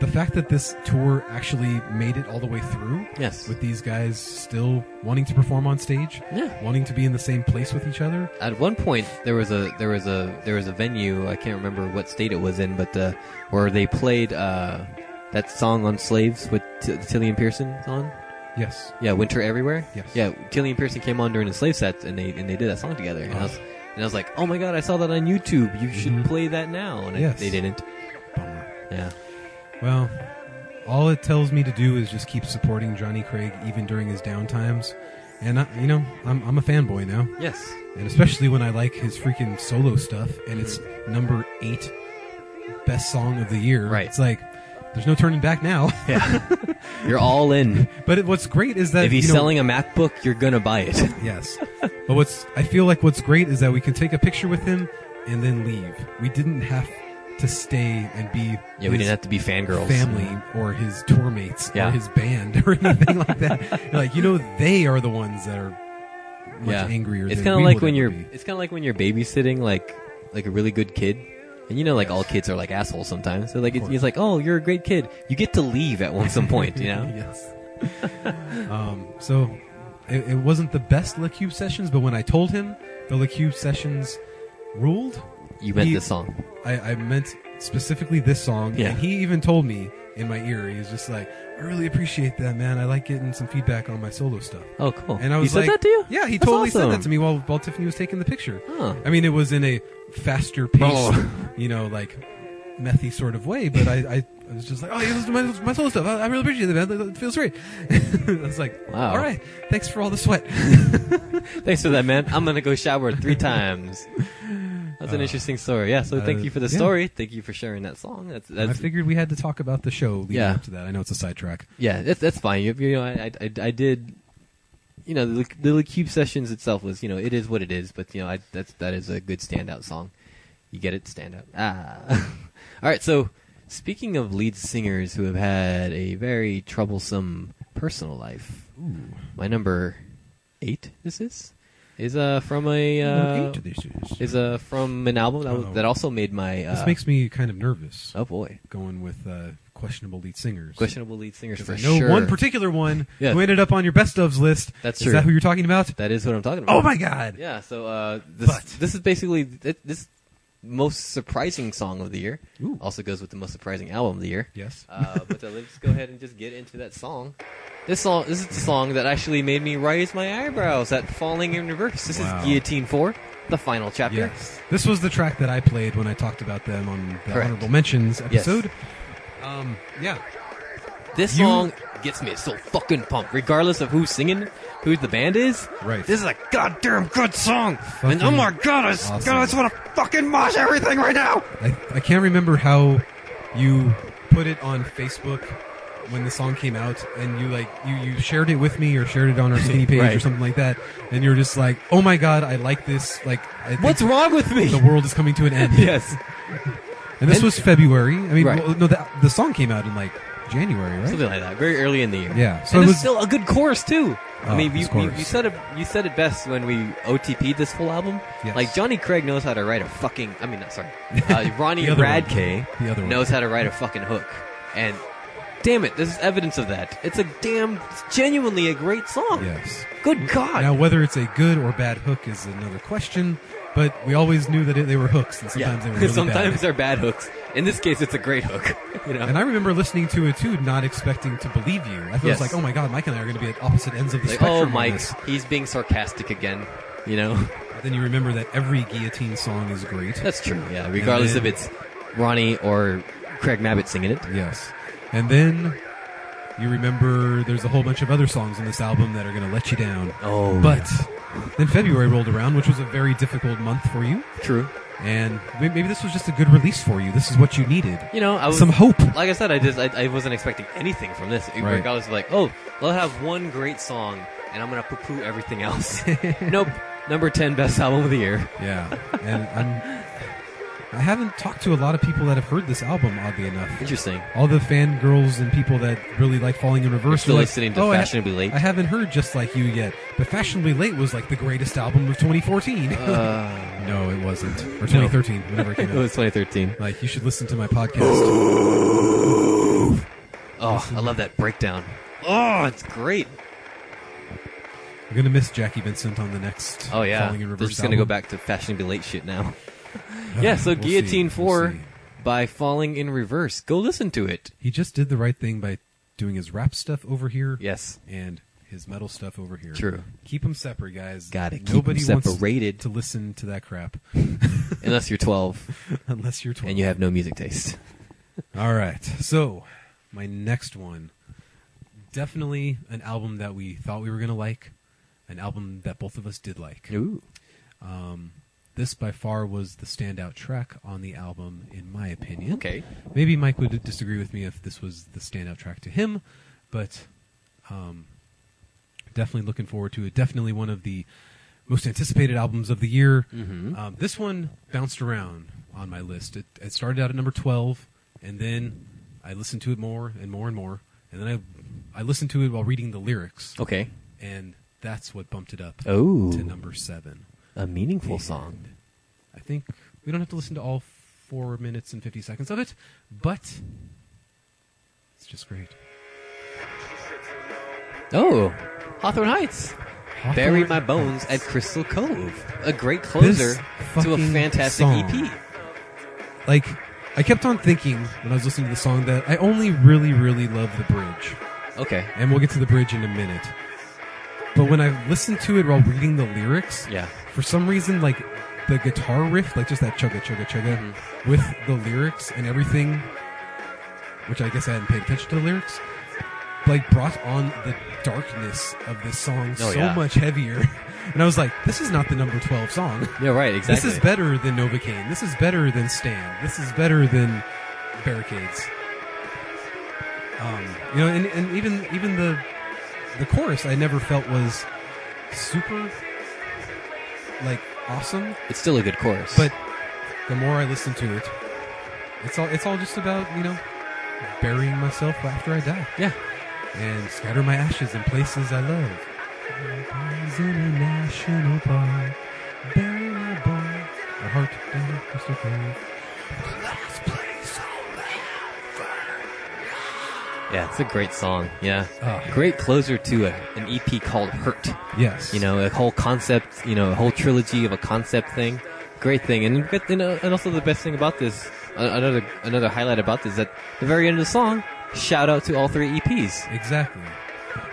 S2: the fact that this tour actually made it all the way through
S1: Yes.
S2: with these guys still wanting to perform on stage,
S1: Yeah.
S2: wanting to be in the same place with each other.
S1: At one point, there was a there was a there was a venue. I can't remember what state it was in, but uh, where they played uh, that song on Slaves with T- Tilly and Pearson on.
S2: Yes,
S1: Yeah, Winter Everywhere.
S2: Yes.
S1: Yeah, Tilly and Pearson came on during the Slave sets, and they and they did that song together. And I
S2: Uh-huh.
S1: was and I was like, oh my god, I saw that on YouTube. You should play that now. And I-
S2: Mm-hmm. Yes.
S1: they didn't.
S2: bummer.
S1: Yeah.
S2: Well, all it tells me to do is just keep supporting Johnny Craig even during his downtimes, and I, you know I'm, I'm a fanboy now.
S1: Yes.
S2: and especially when I like his freaking solo stuff, and it's number eight best song of the year.
S1: Right.
S2: It's like there's no turning back now.
S1: You're all in.
S2: but it, what's great is that
S1: if he's
S2: you know-
S1: selling a MacBook, you're gonna buy it.
S2: yes. But what's I feel like what's great is that we can take a picture with him and then leave. We didn't have to stay and be
S1: yeah, we didn't have to be fangirls.
S2: family or his tour mates
S1: Yeah.
S2: or his band or anything like that. You're like you know they are the ones that are much angrier.
S1: It's
S2: than
S1: kind of
S2: we
S1: like
S2: would
S1: when
S2: ever
S1: you're
S2: be.
S1: it's kind of like when you're babysitting like like a really good kid, and you know like all kids are like assholes sometimes. So like it's,
S2: course.
S1: it's like oh you're a great kid, you get to leave at one some point, you know?
S2: yes. um, so it, it wasn't the best LaCube sessions, but when I told him the LaCube sessions ruled,
S1: You meant
S2: He-
S1: this song.
S2: I, I meant specifically this song.
S1: Yeah.
S2: And he even told me in my ear, he was just like, I really appreciate that, man. I like getting some feedback on my solo stuff.
S1: Oh cool.
S2: And I was
S1: he
S2: like,
S1: said that to you?
S2: Yeah, he
S1: That's
S2: totally
S1: awesome.
S2: said that to me while, while Tiffany was taking the picture.
S1: Huh.
S2: I mean, it was in a faster pace,
S1: Oh.
S2: you know, like methy sort of way, but I, I, I was just like, oh, yeah, this is my, my solo stuff. I, I really appreciate it, man. It feels great. I was like,
S1: Wow.
S2: all right, thanks for all the sweat.
S1: Thanks for that, man. I'm gonna go shower three times. That's an interesting story. Yeah. So thank
S2: uh,
S1: you for the
S2: yeah.
S1: story. Thank you for sharing that song. That's
S2: I
S1: that's
S2: figured we had to talk about the show leading
S1: Yeah.
S2: up to that. I know it's a sidetrack.
S1: yeah. That's that's fine. You, you know I, I I did you know, the, the Cube Sessions itself was, you know, it is what it is, but you know, I, that's that is a good standout song. You get it, standout. Ah, all right. So, speaking of lead singers who have had a very troublesome personal life,
S2: Ooh.
S1: my number eight. This is is uh from a uh,
S2: Eight this is.
S1: is uh from an album that, was-
S2: Oh.
S1: that also made my. Uh,
S2: this makes me kind of nervous
S1: oh boy,
S2: going with uh, questionable lead singers.
S1: questionable lead singers
S2: 'Cause
S1: for
S2: I know
S1: sure.
S2: one particular one
S1: Yeah.
S2: who ended up on your best ofs list.
S1: That's
S2: is
S1: true.
S2: that who you're talking about?
S1: that is what I'm talking about.
S2: Oh my god!
S1: Yeah, so uh, this
S2: But-
S1: this is basically th- this most surprising song of the year.
S2: Ooh.
S1: Also goes with the most surprising album of the year.
S2: Yes.
S1: Uh, but uh, let's go ahead and just get into that song. This song, this is the song that actually made me raise my eyebrows at falling in reverse. This
S2: Wow.
S1: is Guillotine Four, the final chapter.
S2: Yes. This was the track that I played when I talked about them on the
S1: Correct.
S2: honorable mentions episode. Um, yeah.
S1: This
S2: You-
S1: song gets me so fucking pumped, regardless of who's singing, who the band is.
S2: Right.
S1: This is a goddamn good song.
S2: Fucking
S1: and oh my god, I, s-
S2: awesome.
S1: god, I just want to fucking mosh everything right now.
S2: I, I can't remember how you put it on Facebook when the song came out, and you like you, you shared it with me or shared it on our skinny page or
S1: Right.
S2: something like that, and you were just like, "Oh my god, I like this!" Like, I think
S1: What's wrong with me?
S2: The world is coming to an end.
S1: yes.
S2: And this
S1: And-
S2: was February. I mean,
S1: Right.
S2: well, no, the, the song came out in like January, right?
S1: something like that. Very early in the year.
S2: Yeah, so
S1: So and
S2: it
S1: it's
S2: was-
S1: still a good chorus too.
S2: Oh,
S1: I mean,
S2: this
S1: you, you,
S2: chorus.
S1: you said it. You said it best when we OTP'd this whole album.
S2: Yes.
S1: Like Johnny Craig knows how to write a fucking. I mean, not sorry. Uh, Ronnie
S2: The other one.
S1: Radke
S2: The other one.
S1: knows how to write a fucking hook, and damn it, this is evidence of that. It's a damn, it's genuinely a great song.
S2: Yes.
S1: Good God.
S2: Now, whether it's a good or bad hook is another question, but we always knew that it, they were hooks, and
S1: yeah.
S2: sometimes they were really
S1: sometimes
S2: bad.
S1: they're bad hooks. In this case, it's a great hook. You know.
S2: And I remember listening to it too, not expecting to believe you. I thought it was
S1: Yes.
S2: like, oh my god, Mike and I are going to be at opposite ends of the
S1: like,
S2: spectrum.
S1: oh,
S2: on
S1: Mike,
S2: this.
S1: he's being sarcastic again. You know.
S2: But then you remember that every guillotine song is great.
S1: That's true. Yeah, regardless
S2: then-
S1: if it's Ronnie or Craig Mabbitt singing it.
S2: yes. And then you remember there's a whole bunch of other songs on this album that are going to let you down.
S1: Oh,
S2: But then February rolled around, which was a very difficult month for you.
S1: true.
S2: And may- maybe this was just a good release for you. This is what you needed.
S1: You know, I was
S2: Some hope.
S1: Like I said, I just I, I wasn't expecting anything from this.
S2: Right.
S1: Regardless, of like, oh, they'll have one great song, and I'm gonna poo-poo everything else. nope. Number ten best album of the year.
S2: Yeah. And I'm. I haven't talked to a lot of people that have heard this album, oddly enough.
S1: Interesting.
S2: all the fangirls and people that really like Falling in Reverse
S1: still
S2: were like,
S1: listening to
S2: "Oh, I ha-
S1: Fashionably Late?"
S2: I haven't heard Just Like You yet, but Fashionably Late was like the greatest album of 2014.
S1: Uh,
S2: no, it wasn't. Or 2013, whenever it came
S1: it
S2: out.
S1: was 2013.
S2: Like, you should listen to my podcast.
S1: Oh, I love that breakdown. Oh, it's great.
S2: We're going to miss Jackie Vincent on the next
S1: Oh yeah,
S2: Falling in
S1: they're
S2: Reverse
S1: just gonna go
S2: album.
S1: back to fashionably late shit now. yeah, so
S2: We'll see,
S1: Guillotine
S2: we'll
S1: 4
S2: see.
S1: by Falling in Reverse. Go listen to it.
S2: He just did the right thing by doing his rap stuff over here
S1: Yes.
S2: and his metal stuff over here.
S1: True.
S2: Keep them separate, guys.
S1: Gotta keep 'em
S2: Nobody wants
S1: separated.
S2: to listen to that crap
S1: Unless you're 12
S2: unless you're 12.
S1: and you have no music taste.
S2: All right. So, my next one. Definitely an album that we thought we were going to like, an album that both of us did like.
S1: Ooh.
S2: This by far was the standout track on the album, in my opinion.
S1: Okay.
S2: Maybe Mike would disagree with me if this was the standout track to him, but um, definitely looking forward to it. Definitely one of the most anticipated albums of the year.
S1: Mhm.
S2: Um, this one bounced around on my list. It, it started out at number 12, and then I listened to it more and more and more. And then I, I listened to it while reading the lyrics,
S1: Okay.
S2: and that's what bumped it up
S1: Oh.
S2: to number seven.
S1: A meaningful song.
S2: I think we don't have to listen to all four minutes and 50 seconds of it, but it's just great.
S1: Oh. Hawthorne Heights.
S2: Hawthorne
S1: Bury My
S2: Heights.
S1: Bones at Crystal Cove. A great closer to a
S2: fucking
S1: fantastic E
S2: song.
S1: EP.
S2: Like, I kept on thinking when I was listening to the song that I only really, really love the bridge.
S1: Okay.
S2: And we'll get to the bridge in a minute. But when I listened to it while reading the lyrics,
S1: Yeah.
S2: for some reason, like, the guitar riff, like just that chugga chugga chugga,
S1: Mm-hmm.
S2: with the lyrics and everything, which I guess I hadn't paid attention to the lyrics, like brought on the darkness of this song
S1: Oh,
S2: so
S1: yeah.
S2: much heavier. And I was like, this is not the number 12 song.
S1: Yeah, right, exactly.
S2: This is better than Novocaine. This is better than Stand. This is better than Barricades. Um, you know, and, and even even the the chorus I never felt was super like awesome,
S1: It's still a good chorus.
S2: but the more I listen to it, it's all it's all just about you know burying myself after I die
S1: yeah,
S2: and scatter my ashes in places I love. Boys in a national park, bury my boy, my heart down crystal clear.
S1: yeah, it's a great song. Yeah,
S2: Ah.
S1: great closer to a, an EP called Hurt.
S2: Yes,
S1: You know, a whole concept. You know, a whole trilogy of a concept thing. Great thing, and but, you know, and also the best thing about this, a- another another highlight about this, is that the very end of the song, shout out to all three E EPs.
S2: exactly.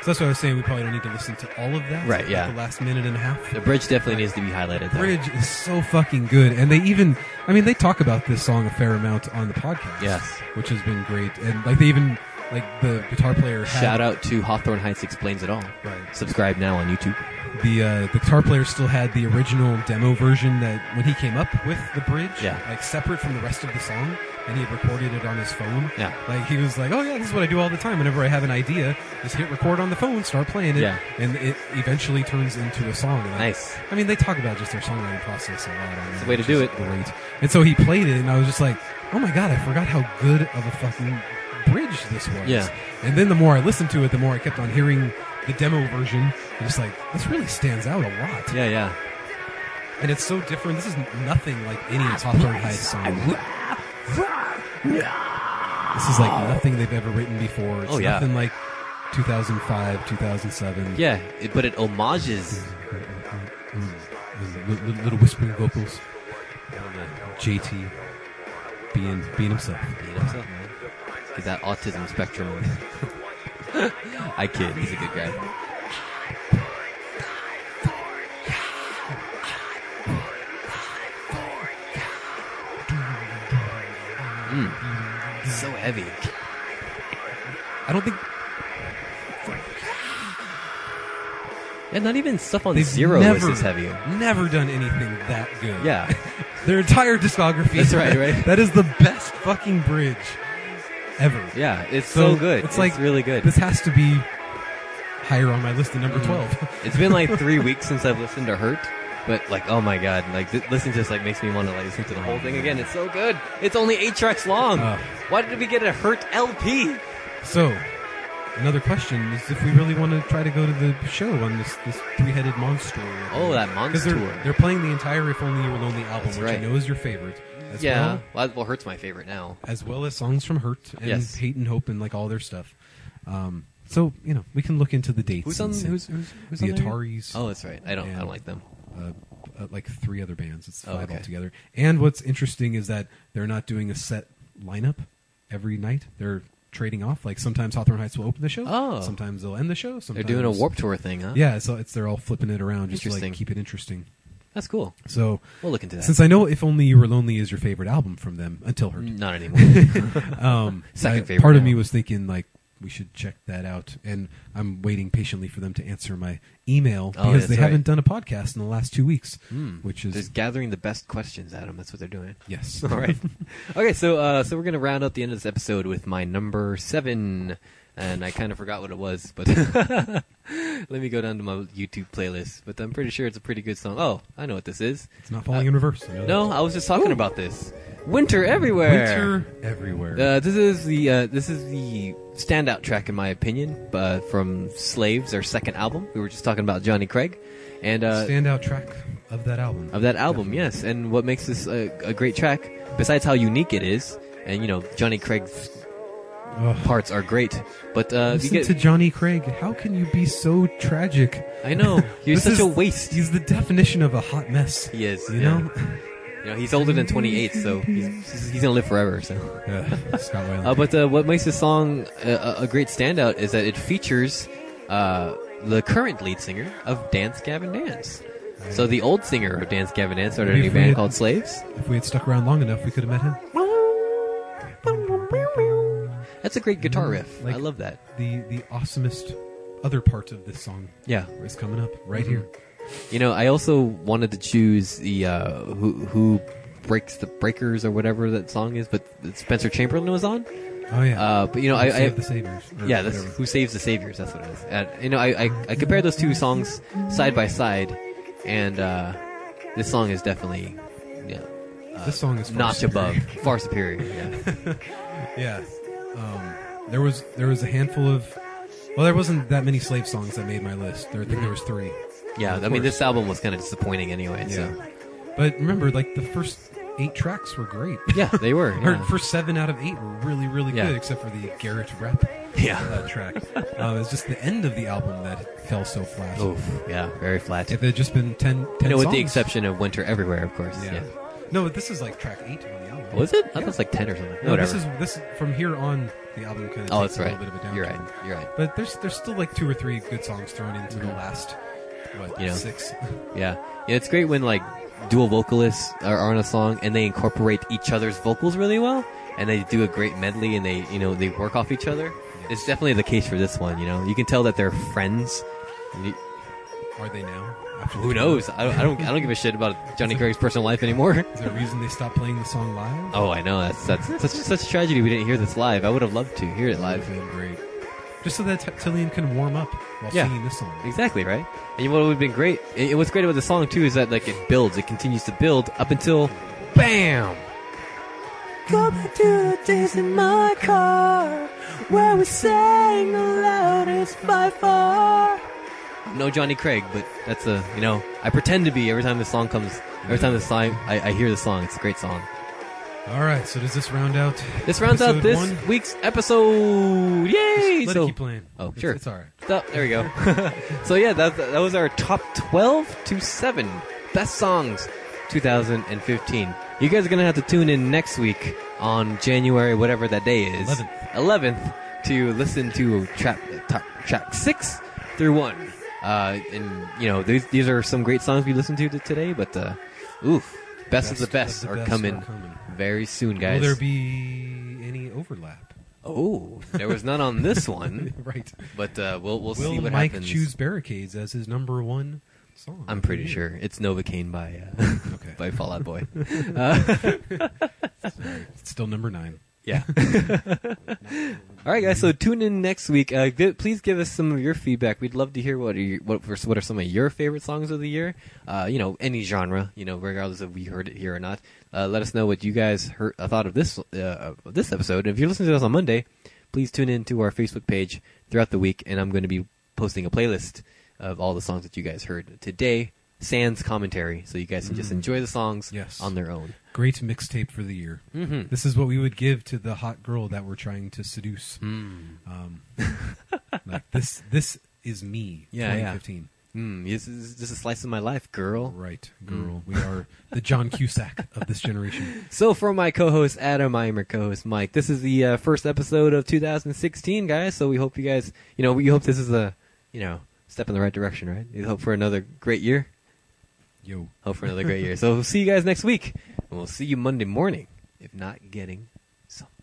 S2: So that's what I was saying. We probably don't need to listen to all of that.
S1: Right,
S2: like
S1: yeah.
S2: The last minute and a half.
S1: The bridge definitely needs to be highlighted. Though.
S2: Bridge is so fucking good, and they even—I mean—they talk about this song a fair amount on the podcast.
S1: Yes.
S2: which has been great, and like they even like the guitar player had,
S1: Shout out to Hawthorne Heights explains it all.
S2: Right.
S1: Subscribe now on YouTube.
S2: the uh, the guitar player still had the original demo version that when he came up with the bridge,
S1: Yeah.
S2: like separate from the rest of the song, and he had recorded it on his phone.
S1: Yeah.
S2: like he was like, "Oh yeah, this is what I do all the time. Whenever I have an idea, just hit record on the phone, start playing it,
S1: Yeah.
S2: and it eventually turns into a song." And I-
S1: Nice.
S2: I mean, they talk about just their songwriting process a lot. On
S1: It's
S2: there,
S1: the way to
S2: which
S1: do
S2: is
S1: it.
S2: Great. And so he played it, and I was just like, "Oh my god, I forgot how good of a fucking bridge this was."
S1: Yeah.
S2: And then the more I listened to it, the more I kept on hearing the demo version. And just like this really stands out a lot,
S1: Yeah, yeah.
S2: and it's so different. This is nothing like any Hawthorne Heights song. This is like nothing they've ever written before. It's
S1: Oh, yeah.
S2: nothing like 2005, 2007.
S1: Yeah, it, but it homages.
S2: Mm, li- li- little whispering vocals. JT being being himself.
S1: Beat himself, man. Get that autism spectrum. over there. I kid. He's a good guy. Mm. So heavy.
S2: I don't think
S1: And not even stuff on
S2: they've
S1: zero is
S2: never,
S1: this heavy.
S2: Never done anything that good.
S1: Yeah.
S2: their entire discography.
S1: That's right, right?
S2: that is the best fucking bridge ever.
S1: Yeah, it's so, good.
S2: It's like
S1: really good.
S2: This has to be higher on my list than
S1: Mm.
S2: number twelve.
S1: It's been like three weeks since I've listened to Hurt, but like, oh my god, like th- listening to this like makes me want to like listen to the whole thing again. It's so good. It's only eight tracks long.
S2: Oh.
S1: Why did we get a Hurt LP?
S2: so, another question is if we really want to try to go to the show on this this three headed monster.
S1: Oh, that
S2: Because
S1: monster.
S2: they're, they're playing the entire If Only You Were Lonely album,
S1: That's
S2: which
S1: right.
S2: I know is your favorite. As
S1: yeah.
S2: Well,
S1: Well, well, Hurt's my favorite now.
S2: as well as songs from Hurt and
S1: Yes.
S2: Hate and Hope and like all their stuff. Um, so, you know, we can look into the dates.
S1: Who's on?
S2: and see.
S1: Who's, who's, who's
S2: the
S1: on there?
S2: Ataris?
S1: Oh, that's right. I don't. I
S2: and,
S1: don't like them.
S2: Uh, uh, like three other bands. It's
S1: Oh,
S2: five
S1: okay.
S2: altogether. And what's interesting is that they're not doing a set lineup every night. They're trading off. Like sometimes Hawthorne Heights will open the show.
S1: Oh.
S2: Sometimes they'll end the show.
S1: They're
S2: Sometimes
S1: doing a warp tour thing, huh?
S2: Yeah, so it's they're all flipping it around just to
S1: Interesting.
S2: like keep it interesting.
S1: That's cool.
S2: So
S1: We'll look into that.
S2: Since I know "If Only You Were Lonely" is your favorite album from them until Hurt,
S1: Mm, Not anymore.
S2: um,
S1: Second
S2: I-
S1: favorite
S2: Part of me
S1: album.
S2: was thinking like we should check that out, and I'm waiting patiently for them to answer my email
S1: Oh,
S2: because they
S1: that's right. Hmm.
S2: haven't done a podcast in the last two weeks, which is
S1: Just gathering the best questions, Adam. That's what they're doing.
S2: yes,
S1: All right. Okay, so uh, so we're gonna round up the end of this episode with my number seven, and I kind of forgot what it was, but let me go down to my YouTube playlist. But I'm pretty sure it's a pretty good song. Oh, I know what this is. Uh,
S2: It's not falling in reverse. I know
S1: No,
S2: that.
S1: I was just talking about this. Winter everywhere.
S2: winter everywhere.
S1: Uh, this is the uh, this is the standout track in my opinion uh, from Slaves, their second album. We were just talking about Johnny Craig, and uh,
S2: Standout track of that album.
S1: of that album, yes. And what makes this a, a great track, besides how unique it is, and you know Johnny Craig's
S2: Ugh.
S1: parts are great, but uh, you
S2: Listen
S1: get,
S2: to Johnny Craig. How can you be so tragic?
S1: I know you're
S2: This
S1: such
S2: is-
S1: a waste.
S2: He's the definition of a hot mess.
S1: He is,
S2: You
S1: yeah.
S2: know.
S1: You know he's older than 28, so he's he's gonna live forever. So,
S2: Ugh, Scott Weiland.
S1: uh, but uh, what makes this song a, a- a great standout is that it features uh, the current lead singer of Dance Gavin Dance. So the old singer of Dance Gavin Dance started a
S2: Maybe
S1: new
S2: if we
S1: band
S2: had-
S1: called Slaves.
S2: if we had stuck around long enough, we could have met him.
S1: That's a great guitar riff.
S2: Like-
S1: I love that.
S2: the the awesomest other part of this song
S1: Yeah.
S2: is coming up right here.
S1: You know, I also wanted to choose the uh, who who breaks the breakers or whatever that song is, but that Spencer Chamberlain was on.
S2: Oh yeah.
S1: Uh, but you know, I, I
S2: Save the Saviors. or
S1: yeah, that's
S2: whatever.
S1: who saves the saviors. That's what it is. And, you know, I, I I compare those two songs side by side, and uh, this song is definitely yeah
S2: this song is far
S1: notch
S2: superior.
S1: above, far superior. Yeah.
S2: Yeah. Um, there was there was a handful of well, there wasn't that many slave songs that made my list. There, I think there was three.
S1: yeah, I mean, this album was kind of disappointing anyway. So
S2: But remember, like the first eight tracks were great.
S1: yeah, they were.
S2: Or
S1: Yeah.
S2: first seven out of eight were really, really
S1: Yeah.
S2: good, except for the garage rap
S1: yeah.
S2: uh, track. um, it's just the end of the album that fell so flat.
S1: Oof, yeah, very flat.
S2: If it had just been 10, 10
S1: Oh. you know, with the
S2: songs-
S1: exception of Winter Everywhere, of course.
S2: yeah.
S1: Yeah.
S2: No, but this is like track eight on the album.
S1: Was Oh, it? I thought it was like ten or something.
S2: No,
S1: Whatever.
S2: this is this from here on the album kind of
S1: oh,
S2: takes
S1: that's right.
S2: a little bit of a downturn.
S1: You're right. You're right.
S2: But there's there's still like two or three good songs thrown into
S1: Mm-hmm.
S2: the last what
S1: You know.
S2: six.
S1: Yeah. yeah, it's great when like dual vocalists are are on a song and they incorporate each other's vocals really well, and they do a great medley and they you know they work off each other. It's definitely the case for this one. You know, you can tell that they're friends. And you-
S2: Are they now? After the
S1: Who
S2: tour?
S1: knows? I, don't- I don't. I don't give a shit about Johnny Craig's personal life anymore.
S2: Is there a reason they stopped playing the song live?
S1: Oh, I know. That's that's such such a tragedy. We didn't hear this live. I would have loved to hear it
S2: That
S1: live.
S2: would have been great. Just so that T- Tillian can warm up while
S1: Yeah.
S2: singing this song.
S1: Exactly right. And what would have been great, and what's great about the song too, is that like it builds, it continues to build up until, bam!
S3: Go back to the days in my car where we sang the loudest by far.
S1: No Johnny Craig, but that's a you know I pretend to be every time this song comes, every time this song I, I hear the song. It's a great song.
S2: All right. So does this round out?
S1: This rounds out
S2: episode
S1: this
S2: one?
S1: week's episode. Yay!
S2: Let
S1: so
S2: it keep playing.
S1: Oh,
S2: It's-
S1: sure.
S2: It's all right.
S1: Stop. There we go. so yeah, that that was our top twelve to seven best songs 2015. You guys are gonna have to tune in next week on January whatever that day is,
S2: 11th.
S1: 11th to listen to track top, track six through one. Uh, and you know these these are some great songs we listened to t- today, but uh, oof, best, of the best, are, coming very soon, guys.
S2: Will there be any overlap?
S1: oh, there was none on this one,
S2: right.
S1: but uh, we'll we'll
S2: Will
S1: see what
S2: Mike
S1: happens.
S2: choose "Barricades" as his number one song?
S1: I'm
S2: of the
S1: pretty
S2: year?
S1: sure it's Novocaine by uh,
S2: Okay.
S1: by Fallout Boy. Uh,
S2: It's still number nine.
S1: yeah. All right, guys. So tune in next week. Uh, gi- please give us some of your feedback. We'd love to hear what are you, what were- what are some of your favorite songs of the year. Uh, you know, any genre. You know, regardless if we heard it here or not. Uh, let us know what you guys heard, uh, thought of this uh, of this episode. And if you're listening to us on Monday, please tune in to our Facebook page throughout the week, and I'm going to be posting a playlist of all the songs that you guys heard today. Sans commentary, so you guys can just enjoy the songs
S2: Yes.
S1: on their own.
S2: Great mixtape for the year.
S1: Mhm.
S2: This is what we would give to the hot girl that we're trying to seduce.
S1: Mm.
S2: Um, like this, this is me.
S1: Yeah, yeah.
S2: 2015.
S1: Mm, this is just a slice of my life, girl.
S2: Right, girl. We are the John Cusack of this generation.
S1: So, for my co-host Adam, I am your co-host Mike. This is the uh, first episode of 2016, guys. So we hope you guys, you know, we hope this is a, you know, step in the right direction, right? We hope for another great year.
S2: Yo,
S1: Hope for another great year. So we'll see you guys next week, and we'll see you Monday morning, if not getting something.